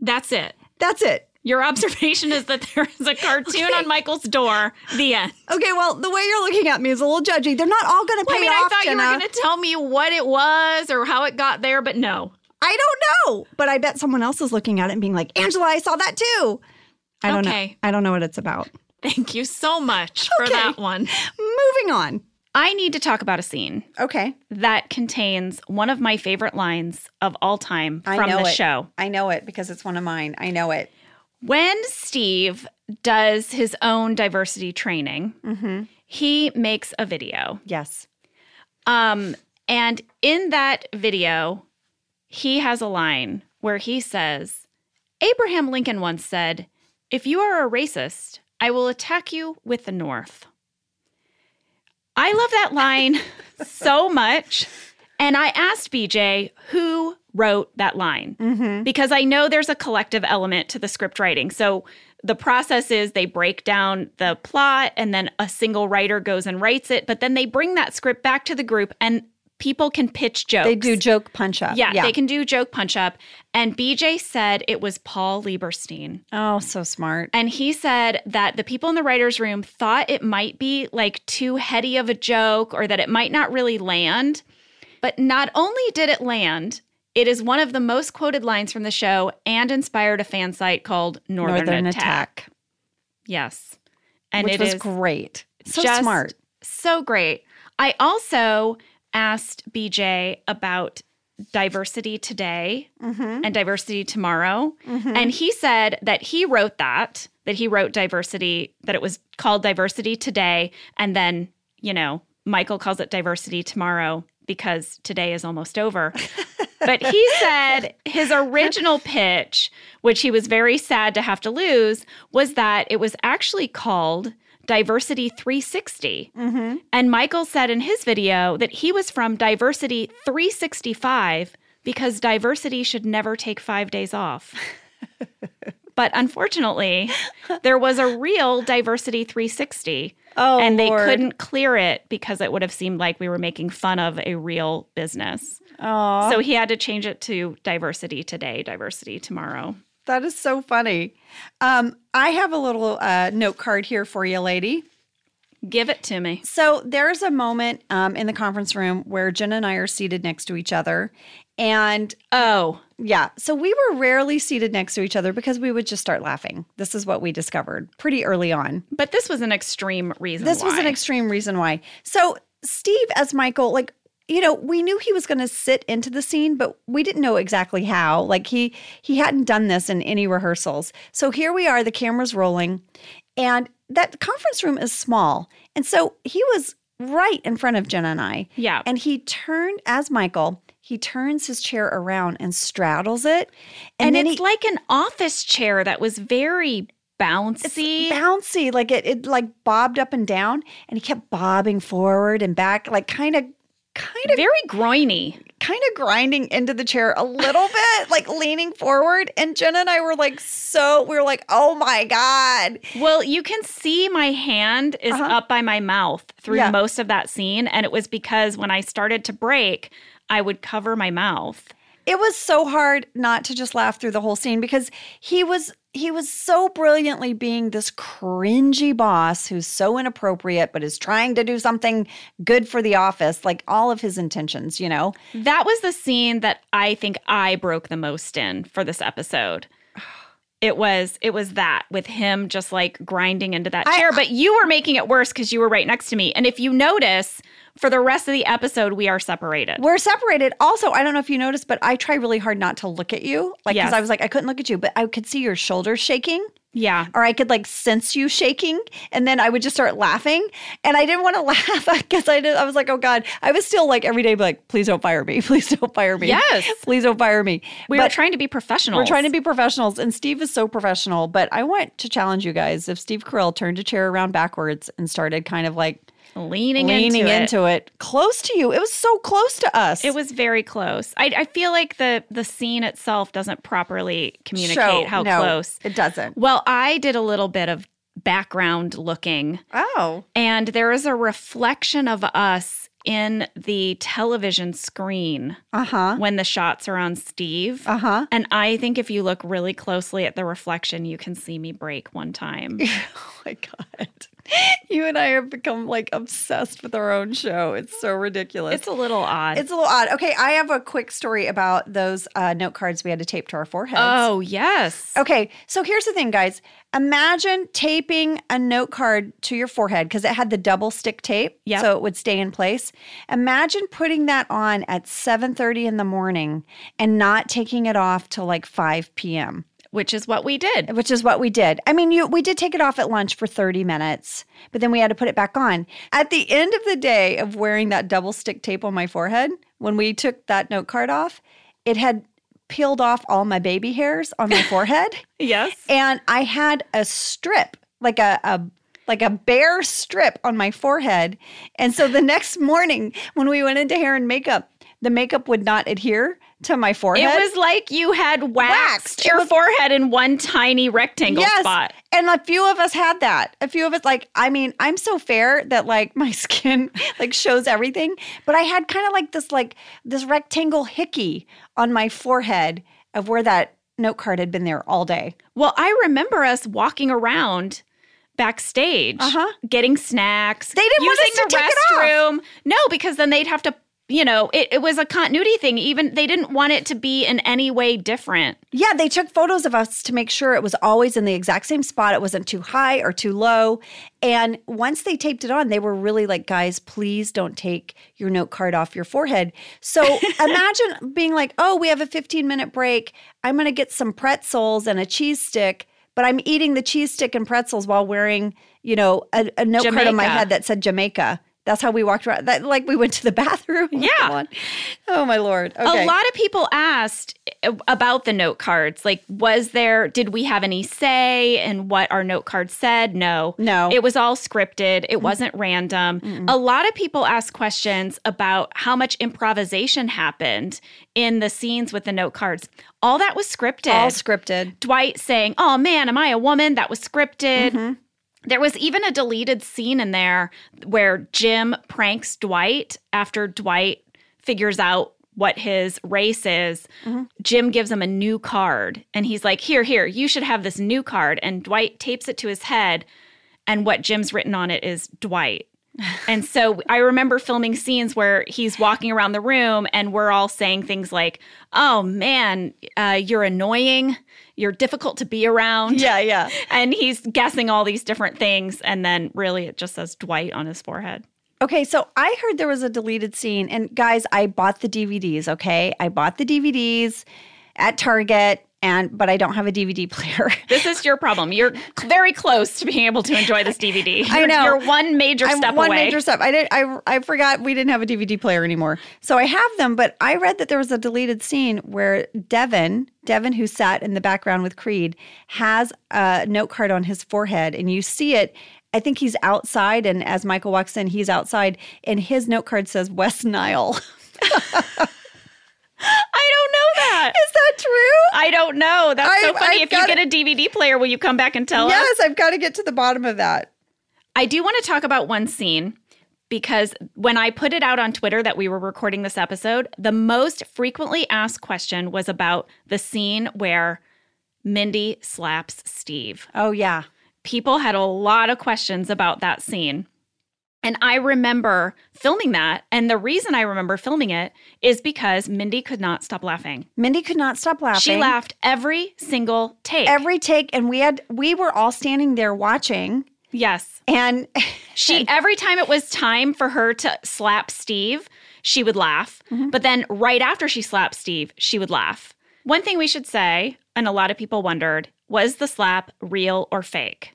Speaker 1: That's it.
Speaker 3: That's it.
Speaker 1: Your observation is that there is a cartoon on Michael's door. The end.
Speaker 3: Okay, well, the way you're looking at me is a little judgy. They're not all going to pay
Speaker 1: I mean, I
Speaker 3: off,
Speaker 1: thought you
Speaker 3: Jenna.
Speaker 1: were going to tell me what it was or how it got there, but no.
Speaker 3: I don't know, but I bet someone else is looking at it and being like, "Angela, I saw that too." I don't
Speaker 1: Okay.
Speaker 3: know. I don't know what it's about.
Speaker 1: Thank you so much for that one.
Speaker 3: Moving on.
Speaker 1: I need to talk about a scene
Speaker 2: Okay.
Speaker 1: that contains one of my favorite lines of all time
Speaker 2: I
Speaker 1: from
Speaker 2: know
Speaker 1: the
Speaker 2: it.
Speaker 1: show.
Speaker 2: I know it because it's one of mine. I know it.
Speaker 1: When Steve does his own diversity training,
Speaker 3: Mm-hmm.
Speaker 1: he makes a video.
Speaker 2: Yes.
Speaker 1: Um, and in that video, he has a line where he says, Abraham Lincoln once said, If you are a racist, I will attack you with the North. I love that line so much. And I asked BJ who wrote that line
Speaker 2: Mm-hmm.
Speaker 1: because I know there's a collective element to the script writing. So the process is they break down the plot and then a single writer goes and writes it, but then they bring that script back to the group and people can pitch jokes.
Speaker 2: They do joke punch up.
Speaker 1: Yeah, they can do joke punch up. And BJ said it was Paul Lieberstein.
Speaker 2: Oh, so smart.
Speaker 1: And he said that the people in the writer's room thought it might be like too heady of a joke or that it might not really land. But not only did it land, it is one of the most quoted lines from the show and inspired a fan site called Northern, Attack. Yes. And
Speaker 2: which
Speaker 1: it
Speaker 2: was
Speaker 1: is
Speaker 2: great. So
Speaker 1: just
Speaker 2: smart.
Speaker 1: So great. I also asked BJ about diversity today
Speaker 2: Mm-hmm.
Speaker 1: and diversity tomorrow.
Speaker 2: Mhm.
Speaker 1: And he said that he wrote that, that he wrote diversity, that it was called diversity today. And then, you know, Michael calls it diversity tomorrow because today is almost over. but he said his original pitch, which he was very sad to have to lose, was that it was actually called Diversity 360.
Speaker 2: Mm-hmm.
Speaker 1: And Michael said in his video that he was from Diversity 365 because diversity should never take five days off. but unfortunately, there was a real Diversity 360,
Speaker 2: Oh,
Speaker 1: and they
Speaker 2: Lord.
Speaker 1: couldn't clear it because it would have seemed like we were making fun of a real business.
Speaker 2: Oh,
Speaker 1: So he had to change it to Diversity Today, Diversity Tomorrow.
Speaker 2: that is so funny. Um, I have a little uh, note card here for you, lady.
Speaker 1: Give it to me.
Speaker 2: So there's a moment um, in the conference room where Jen and I are seated next to each other, and
Speaker 1: Oh,
Speaker 2: Yeah. So we were rarely seated next to each other because we would just start laughing. This is what we discovered pretty early on.
Speaker 1: but this was an extreme reason.
Speaker 2: This was
Speaker 1: why.
Speaker 2: an extreme reason why. So Steve, as Michael, like you know, we knew he was going to sit into the scene, but we didn't know exactly how. Like he he hadn't done this in any rehearsals. So here we are, the camera's rolling, and that conference room is small. And so he was right in front of Jenna and I.
Speaker 1: Yeah.
Speaker 2: And he turned as Michael, he turns his chair around and straddles it.
Speaker 1: And,
Speaker 2: then
Speaker 1: it's
Speaker 2: he-
Speaker 1: like an office chair that was very bouncy.
Speaker 2: bouncy like it, it like bobbed up and down and he kept bobbing forward and back like kind of kind of
Speaker 1: very groiny.
Speaker 2: kind of grinding into the chair a little bit like leaning forward and jenna and i were like so we were like oh my god
Speaker 1: Well, you can see my hand is
Speaker 2: Uh-huh.
Speaker 1: up by my mouth through
Speaker 2: Yeah.
Speaker 1: most of that scene. And it was because when I started to break, I would cover my mouth.
Speaker 2: it was so hard not to just laugh through the whole scene because he was he was so brilliantly being this cringy boss who's so inappropriate but is trying to do something good for the office like all of his intentions you know
Speaker 1: That was the scene that I think I broke the most in for this episode. It was it was that with him just like grinding into that
Speaker 2: I-
Speaker 1: chair, but you were making it worse cuz you were right next to me. And if you notice, for the rest of the episode we are separated.
Speaker 2: We're separated. Also, I don't know if you noticed, but I try really hard not to look at you. Like,
Speaker 1: Yes.
Speaker 2: because I was like, I couldn't look at you, but I could see your shoulders shaking,
Speaker 1: yeah.
Speaker 2: or I could like sense you shaking. And then I would just start laughing. And I didn't want to laugh because I, did, I was like, oh God. I was still like every day, be like, please don't fire me. Please don't fire me.
Speaker 1: Yes.
Speaker 2: Please don't fire me.
Speaker 1: We were
Speaker 2: but
Speaker 1: trying to be professional.
Speaker 2: we're trying to be professionals. And Steve is so professional. But I want to challenge you guys if Steve Carell turned a chair around backwards and started kind of like,
Speaker 1: leaning,
Speaker 2: Leaning
Speaker 1: into, it.
Speaker 2: into it, close to you. It was so close to us.
Speaker 1: It was very close. I, I feel like the the scene itself doesn't properly communicate
Speaker 2: Show-
Speaker 1: how
Speaker 2: no,
Speaker 1: close.
Speaker 2: It doesn't.
Speaker 1: Well, I did a little bit of background looking,
Speaker 2: Oh.
Speaker 1: and there is a reflection of us in the television screen
Speaker 2: Uh huh.
Speaker 1: when the shots are on Steve.
Speaker 2: Uh huh.
Speaker 1: and I think if you look really closely at the reflection, you can see me break one time.
Speaker 2: oh my God. You and I have become like obsessed with our own show. It's so ridiculous.
Speaker 1: It's a little odd.
Speaker 2: It's a little odd. Okay, I have a quick story about those uh, note cards we had to tape to our foreheads.
Speaker 1: oh yes.
Speaker 2: Okay, so here's the thing, guys. Imagine taping a note card to your forehead because it had the double stick tape,
Speaker 1: Yep.
Speaker 2: so it would stay in place. Imagine putting that on at 7:30 in the morning and not taking it off till like 5 p.m.
Speaker 1: Which is what we did.
Speaker 2: which is what we did. I mean, you we did take it off at lunch for 30 minutes, but then we had to put it back on. At the end of the day of wearing that double stick tape on my forehead, when we took that note card off, it had peeled off all my baby hairs on my forehead,
Speaker 1: Yes.
Speaker 2: and I had a strip, like a, a like a bare strip on my forehead. And so the next morning when we went into hair and makeup, the makeup would not adhere to my forehead.
Speaker 1: It was like you had waxed,
Speaker 2: Waxed. It
Speaker 1: your
Speaker 2: was-
Speaker 1: forehead in one tiny rectangle
Speaker 2: yes.
Speaker 1: spot.
Speaker 2: And a few of us had that. A few of us, like, I mean, I'm so fair that like my skin like shows everything, but I had kind of like this like this rectangle hickey on my forehead of where that note card had been there all day.
Speaker 1: Well, I remember us walking around backstage,
Speaker 2: Uh-huh.
Speaker 1: getting snacks.
Speaker 2: They didn't want
Speaker 1: using
Speaker 2: us to
Speaker 1: the
Speaker 2: take it off.
Speaker 1: restroom. No, because then they'd have to, you know, it, it was a continuity thing. Even they didn't want it to be in any way different.
Speaker 2: Yeah, they took photos of us to make sure it was always in the exact same spot. It wasn't too high or too low. And once they taped it on, they were really like, guys, please don't take your note card off your forehead. So imagine being like, oh, we have a 15 minute break. I'm going to get some pretzels and a cheese stick, but I'm eating the cheese stick and pretzels while wearing, you know, a, a note card on my
Speaker 1: Jamaica.
Speaker 2: head that said Jamaica. That's how we walked around. That like we went to the bathroom.
Speaker 1: Yeah.
Speaker 2: Oh my lord. Okay.
Speaker 1: A lot of people asked uh, about the note cards. Like, was there, did we have any say in what our note card said? No.
Speaker 2: No. Mm.
Speaker 1: It was all scripted, it wasn't random. A lot of people asked questions about how much improvisation happened in the scenes with the note cards. All that was scripted.
Speaker 2: all scripted.
Speaker 1: Dwight saying, Oh man, am I a woman? That was scripted.
Speaker 2: Mm-hmm.
Speaker 1: There was even a deleted scene in there where Jim pranks Dwight after Dwight figures out what his race is. Jim gives him a new card and he's like, Here, here, you should have this new card. And Dwight tapes it to his head. And what Jim's written on it is Dwight. and so I remember filming scenes where he's walking around the room and we're all saying things like, Oh man, uh, you're annoying. You're difficult to be around
Speaker 2: Yeah, yeah.
Speaker 1: and he's guessing all these different things and then really it just says dwight on his forehead
Speaker 2: Okay, so I heard there was a deleted scene, and guys, I bought the DVDs. Okay, I bought the DVDs at Target, and but I don't have a DVD player.
Speaker 1: This is your problem. You're cl- very close to being able to enjoy this DVD.
Speaker 2: I
Speaker 1: You're-
Speaker 2: know.
Speaker 1: You're one major
Speaker 2: I'm
Speaker 1: step
Speaker 2: one
Speaker 1: away.
Speaker 2: major step. I did. I I forgot we didn't have a DVD player anymore, so I have them. But I read that there was a deleted scene where Devin, Devin, who sat in the background with Creed, has a note card on his forehead, and you see it. I think he's outside, and as Michael walks in, he's outside, and his note card says West Nile.
Speaker 1: I don't know that.
Speaker 2: Is that true?
Speaker 1: I don't know. That's so
Speaker 2: I've-
Speaker 1: funny.
Speaker 2: I've
Speaker 1: if you
Speaker 2: got
Speaker 1: get a DVD player, will you come back and tell us?
Speaker 2: Yes, I've got to get to the bottom of that.
Speaker 1: I do want to talk about one scene because when I put it out on Twitter that we were recording this episode, the most frequently asked question was about the scene where Mindy slaps Steve.
Speaker 2: Oh yeah.
Speaker 1: People had a lot of questions about that scene. And I remember filming that. And the reason I remember filming it is because Mindy could not stop laughing.
Speaker 2: Mindy could not stop laughing.
Speaker 1: She laughed every single take.
Speaker 2: every take and we had we were all standing there watching
Speaker 1: yes.
Speaker 2: and
Speaker 1: She every time it was time for her to slap Steve, she would laugh. But then right after she slapped Steve, she would laugh. One thing we should say, and a lot of people wondered, was the slap real or fake?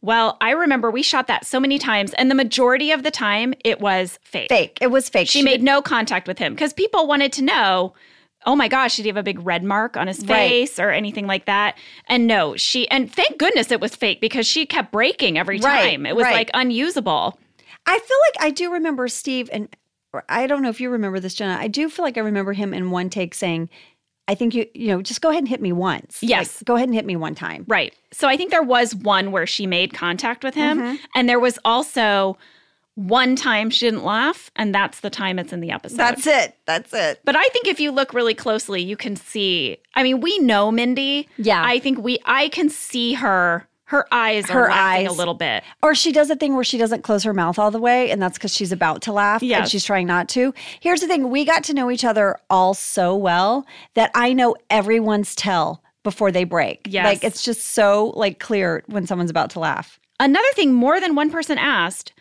Speaker 1: Well, I remember we shot that so many times, and the majority of the time it was fake.
Speaker 2: fake. It was fake.
Speaker 1: She made no contact with him because people wanted to know, oh my gosh, did he have a big red mark on his
Speaker 2: Right.
Speaker 1: face or anything like that? And no, she, and thank goodness it was fake because she kept breaking every
Speaker 2: Right,
Speaker 1: time. it was
Speaker 2: right.
Speaker 1: like unusable.
Speaker 2: I feel like I do remember Steve and or I don't know if you remember this, Jenna. I do feel like I remember him in one take saying, I think you you know, just go ahead and hit me once. Like,
Speaker 1: Yes.
Speaker 2: go ahead and hit me one time.
Speaker 1: Right. So I think there was one where she made contact with him.
Speaker 2: Mm-hmm.
Speaker 1: And there was also one time she didn't laugh. And that's the time it's in the episode.
Speaker 2: That's it. That's it.
Speaker 1: But I think if you look really closely, you can see. I mean, we know Mindy.
Speaker 2: Yeah.
Speaker 1: I think we, I can see her. Her eyes are
Speaker 2: Her
Speaker 1: laughing a
Speaker 2: eyes.
Speaker 1: little bit.
Speaker 2: Or she does a thing where she doesn't close her mouth all the way, and that's because she's about to laugh and
Speaker 1: Yes.
Speaker 2: she's trying not to. Here's the thing we got to know each other all so well that I know everyone's tell before they break.
Speaker 1: Yes.
Speaker 2: Like it's just so like clear when someone's about to laugh.
Speaker 1: Another thing more than one person asked,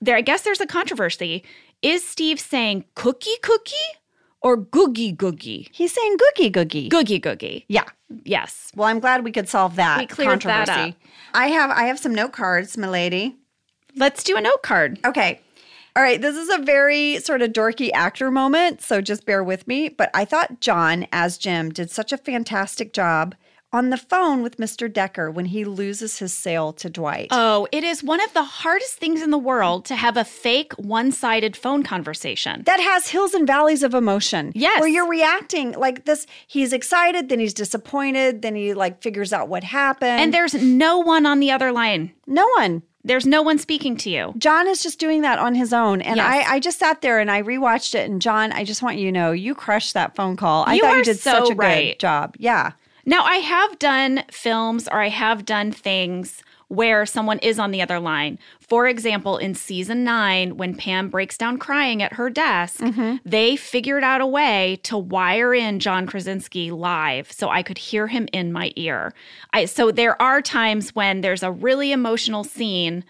Speaker 1: there I guess there's a controversy. Is Steve saying cookie cookie or googie googie?
Speaker 2: He's saying googie googie.
Speaker 1: Googie googie.
Speaker 2: yeah.
Speaker 1: Yes.
Speaker 2: Well, I'm glad we could solve that
Speaker 1: We cleared that
Speaker 2: controversy.
Speaker 1: up.
Speaker 2: I have I have some note cards, milady.
Speaker 1: Let's do a note card.
Speaker 2: Okay. All right, this is a very sort of dorky actor moment, so just bear with me. But I thought John, as Jim, did such a fantastic job on the phone with Mr. Decker when he loses his sale to Dwight.
Speaker 1: Oh, it is one of the hardest things in the world to have a fake one-sided phone conversation.
Speaker 2: that has hills and valleys of emotion.
Speaker 1: Yes.
Speaker 2: Where you're reacting like this he's excited, then he's disappointed, then he like figures out what happened.
Speaker 1: And there's no one on the other line.
Speaker 2: no one.
Speaker 1: There's no one speaking to you.
Speaker 2: John is just doing that on his own. And
Speaker 1: Yes.
Speaker 2: I, I just sat there and I rewatched it. And John, I just want you to know, you crushed that phone call. I
Speaker 1: You
Speaker 2: thought
Speaker 1: are
Speaker 2: you did
Speaker 1: so
Speaker 2: such a good
Speaker 1: right.
Speaker 2: job. Yeah.
Speaker 1: Now, I have done films or I have done things where someone is on the other line. For example, in season nine, when Pam breaks down crying at her desk,
Speaker 2: Mm-hmm.
Speaker 1: they figured out a way to wire in John Krasinski live so I could hear him in my ear. I, so there are times when there's a really emotional scene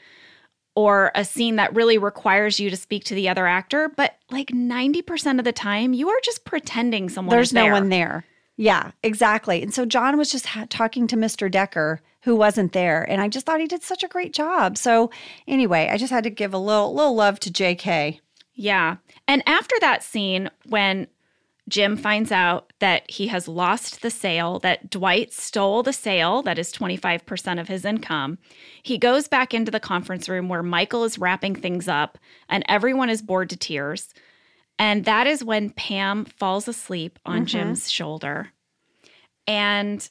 Speaker 1: or a scene that really requires you to speak to the other actor, but like 90% of the time, you are just pretending someone
Speaker 2: There's
Speaker 1: is
Speaker 2: no
Speaker 1: there.
Speaker 2: one there. Yeah, exactly. And so John was just ha- talking to Mr. Decker, who wasn't there, and I just thought he did such a great job. So anyway, I just had to give a little little love to J.K.
Speaker 1: Yeah. And after that scene, when Jim finds out that he has lost the sale, that Dwight stole the sale, that is 25% of his income, he goes back into the conference room where Michael is wrapping things up and everyone is bored to tears. And that is when Pam falls asleep on Jim's shoulder. And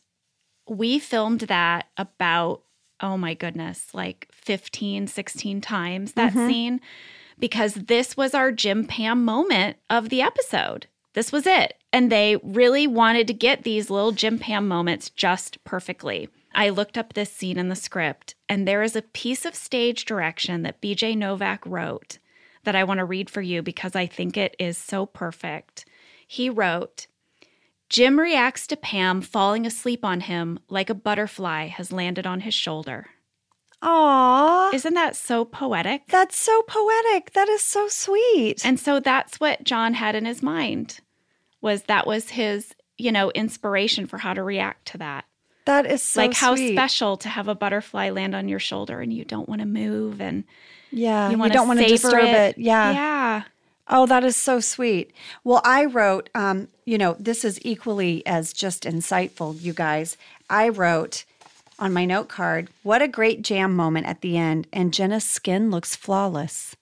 Speaker 1: we filmed that about, oh my goodness, like 15, 16 times that scene because this was our Jim Pam moment of the episode. This was it. And they really wanted to get these little Jim Pam moments just perfectly. I looked up this scene in the script, and there is a piece of stage direction that BJ Novak wrote that I want to read for you because I think it is so perfect. He wrote, Jim reacts to Pam falling asleep on him like a butterfly has landed on his shoulder.
Speaker 2: Aw.
Speaker 1: Isn't that so poetic?
Speaker 2: That's so poetic. That is so sweet.
Speaker 1: And so that's what John had in his mind was that was his, you know, inspiration for how to react to that.
Speaker 2: that is so
Speaker 1: like how
Speaker 2: sweet.
Speaker 1: special to have a butterfly land on your shoulder and you don't want to move and
Speaker 2: Yeah.
Speaker 1: you
Speaker 2: You,
Speaker 1: wanna
Speaker 2: don't want to
Speaker 1: savor
Speaker 2: disturb
Speaker 1: it.
Speaker 2: it. Yeah.
Speaker 1: yeah.
Speaker 2: Oh, that is so sweet. Well, I wrote, um, you know, this is equally as just insightful, you guys. I wrote on my note card, what a great jam moment at the end, and Jenna's skin looks flawless.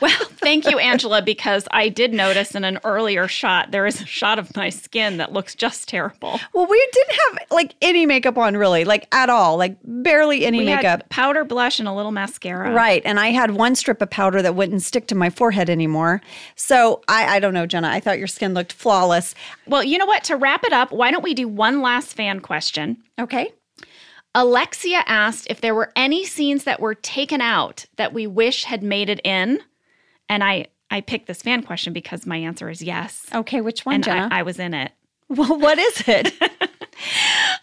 Speaker 1: Well, thank you, Angela, because I did notice in an earlier shot there is a shot of my skin that looks just terrible.
Speaker 2: Well, we didn't have like any makeup on really, like at all, like barely any
Speaker 1: We had
Speaker 2: makeup.
Speaker 1: powder, blush, and a little mascara.
Speaker 2: Right. And I had one strip of powder that wouldn't stick to my forehead anymore. So I, I don't know, Jenna. I thought your skin looked flawless.
Speaker 1: Well, you know what? To wrap it up, why don't we do one last fan question?
Speaker 2: Okay.
Speaker 1: Alexia asked if there were any scenes that were taken out that we wish had made it in. And I, I picked this fan question because my answer is yes.
Speaker 2: Okay. Which one,
Speaker 1: and
Speaker 2: Jenna?
Speaker 1: I, I was in it.
Speaker 2: well, what is it?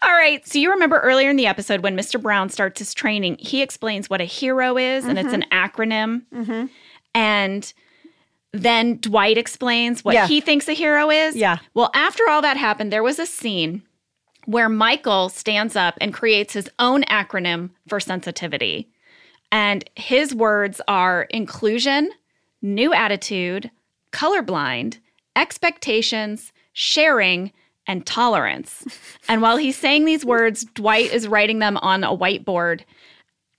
Speaker 1: All right. So you remember earlier in the episode when Mr. Brown starts his training, he explains what a hero is, and it's an
Speaker 2: Mm-hmm.
Speaker 1: acronym. And then Dwight explains what
Speaker 2: Yeah.
Speaker 1: he thinks a hero is.
Speaker 2: Yeah.
Speaker 1: Well, after all that happened, there was a scene where Michael stands up and creates his own acronym for sensitivity. And his words are inclusion, new attitude, colorblind, expectations, sharing, and tolerance. and while he's saying these words, Dwight is writing them on a whiteboard.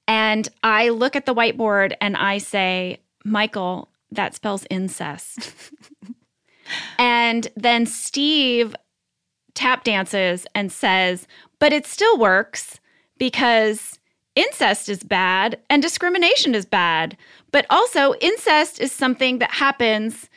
Speaker 1: And I look at the whiteboard and I say, Michael, that spells incest. and then Steve tap dances and says, but it still works because incest is bad and discrimination is bad. But also, incest is something that happens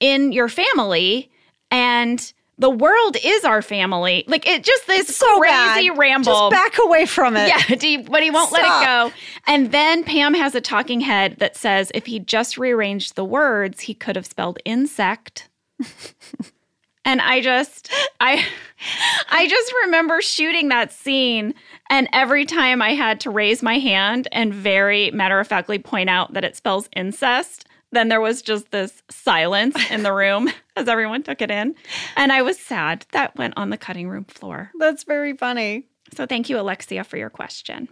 Speaker 1: in your family and the world is our family. Like it just this
Speaker 2: so
Speaker 1: crazy
Speaker 2: bad.
Speaker 1: ramble.
Speaker 2: Just back away from it.
Speaker 1: Yeah, do you- but he won't let it
Speaker 2: Stop.
Speaker 1: go. And then Pam has a talking head that says if he just rearranged the words, he could have spelled insect. and I just I I just remember shooting that scene and every time I had to raise my hand and very matter-of-factly point out that it spells incest. Then there was just this silence in the room as everyone took it in. And I was sad. That went on the cutting room floor.
Speaker 2: That's very funny.
Speaker 1: So thank you, Alexia, for your question.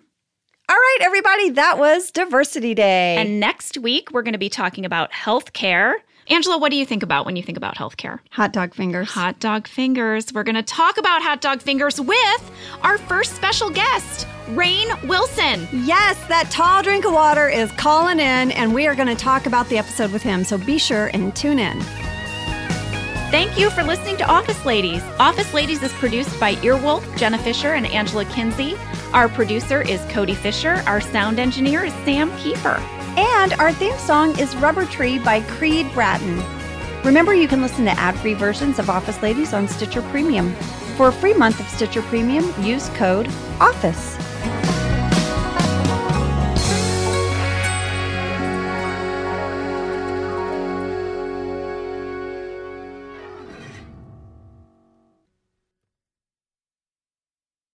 Speaker 2: All right, everybody, that was Diversity Day.
Speaker 1: And next week, we're going to be talking about healthcare. Angela, what do you think about when you think about healthcare?
Speaker 4: Hot dog fingers.
Speaker 1: Hot dog fingers. We're going to talk about hot dog fingers with our first special guest, Rain Wilson.
Speaker 4: Yes, that tall drink of water is calling in, and we are going to talk about the episode with him. So be sure and tune in.
Speaker 1: Thank you for listening to Office Ladies. Office Ladies is produced by Earwolf, Jenna Fisher, and Angela Kinsey. Our producer is Cody Fisher. Our sound engineer is Sam Kiefer.
Speaker 3: And our theme song is Rubber Tree by Creed Bratton. Remember, you can listen to ad free versions of Office Ladies on Stitcher Premium. For a free month of Stitcher Premium, use code OFFICE.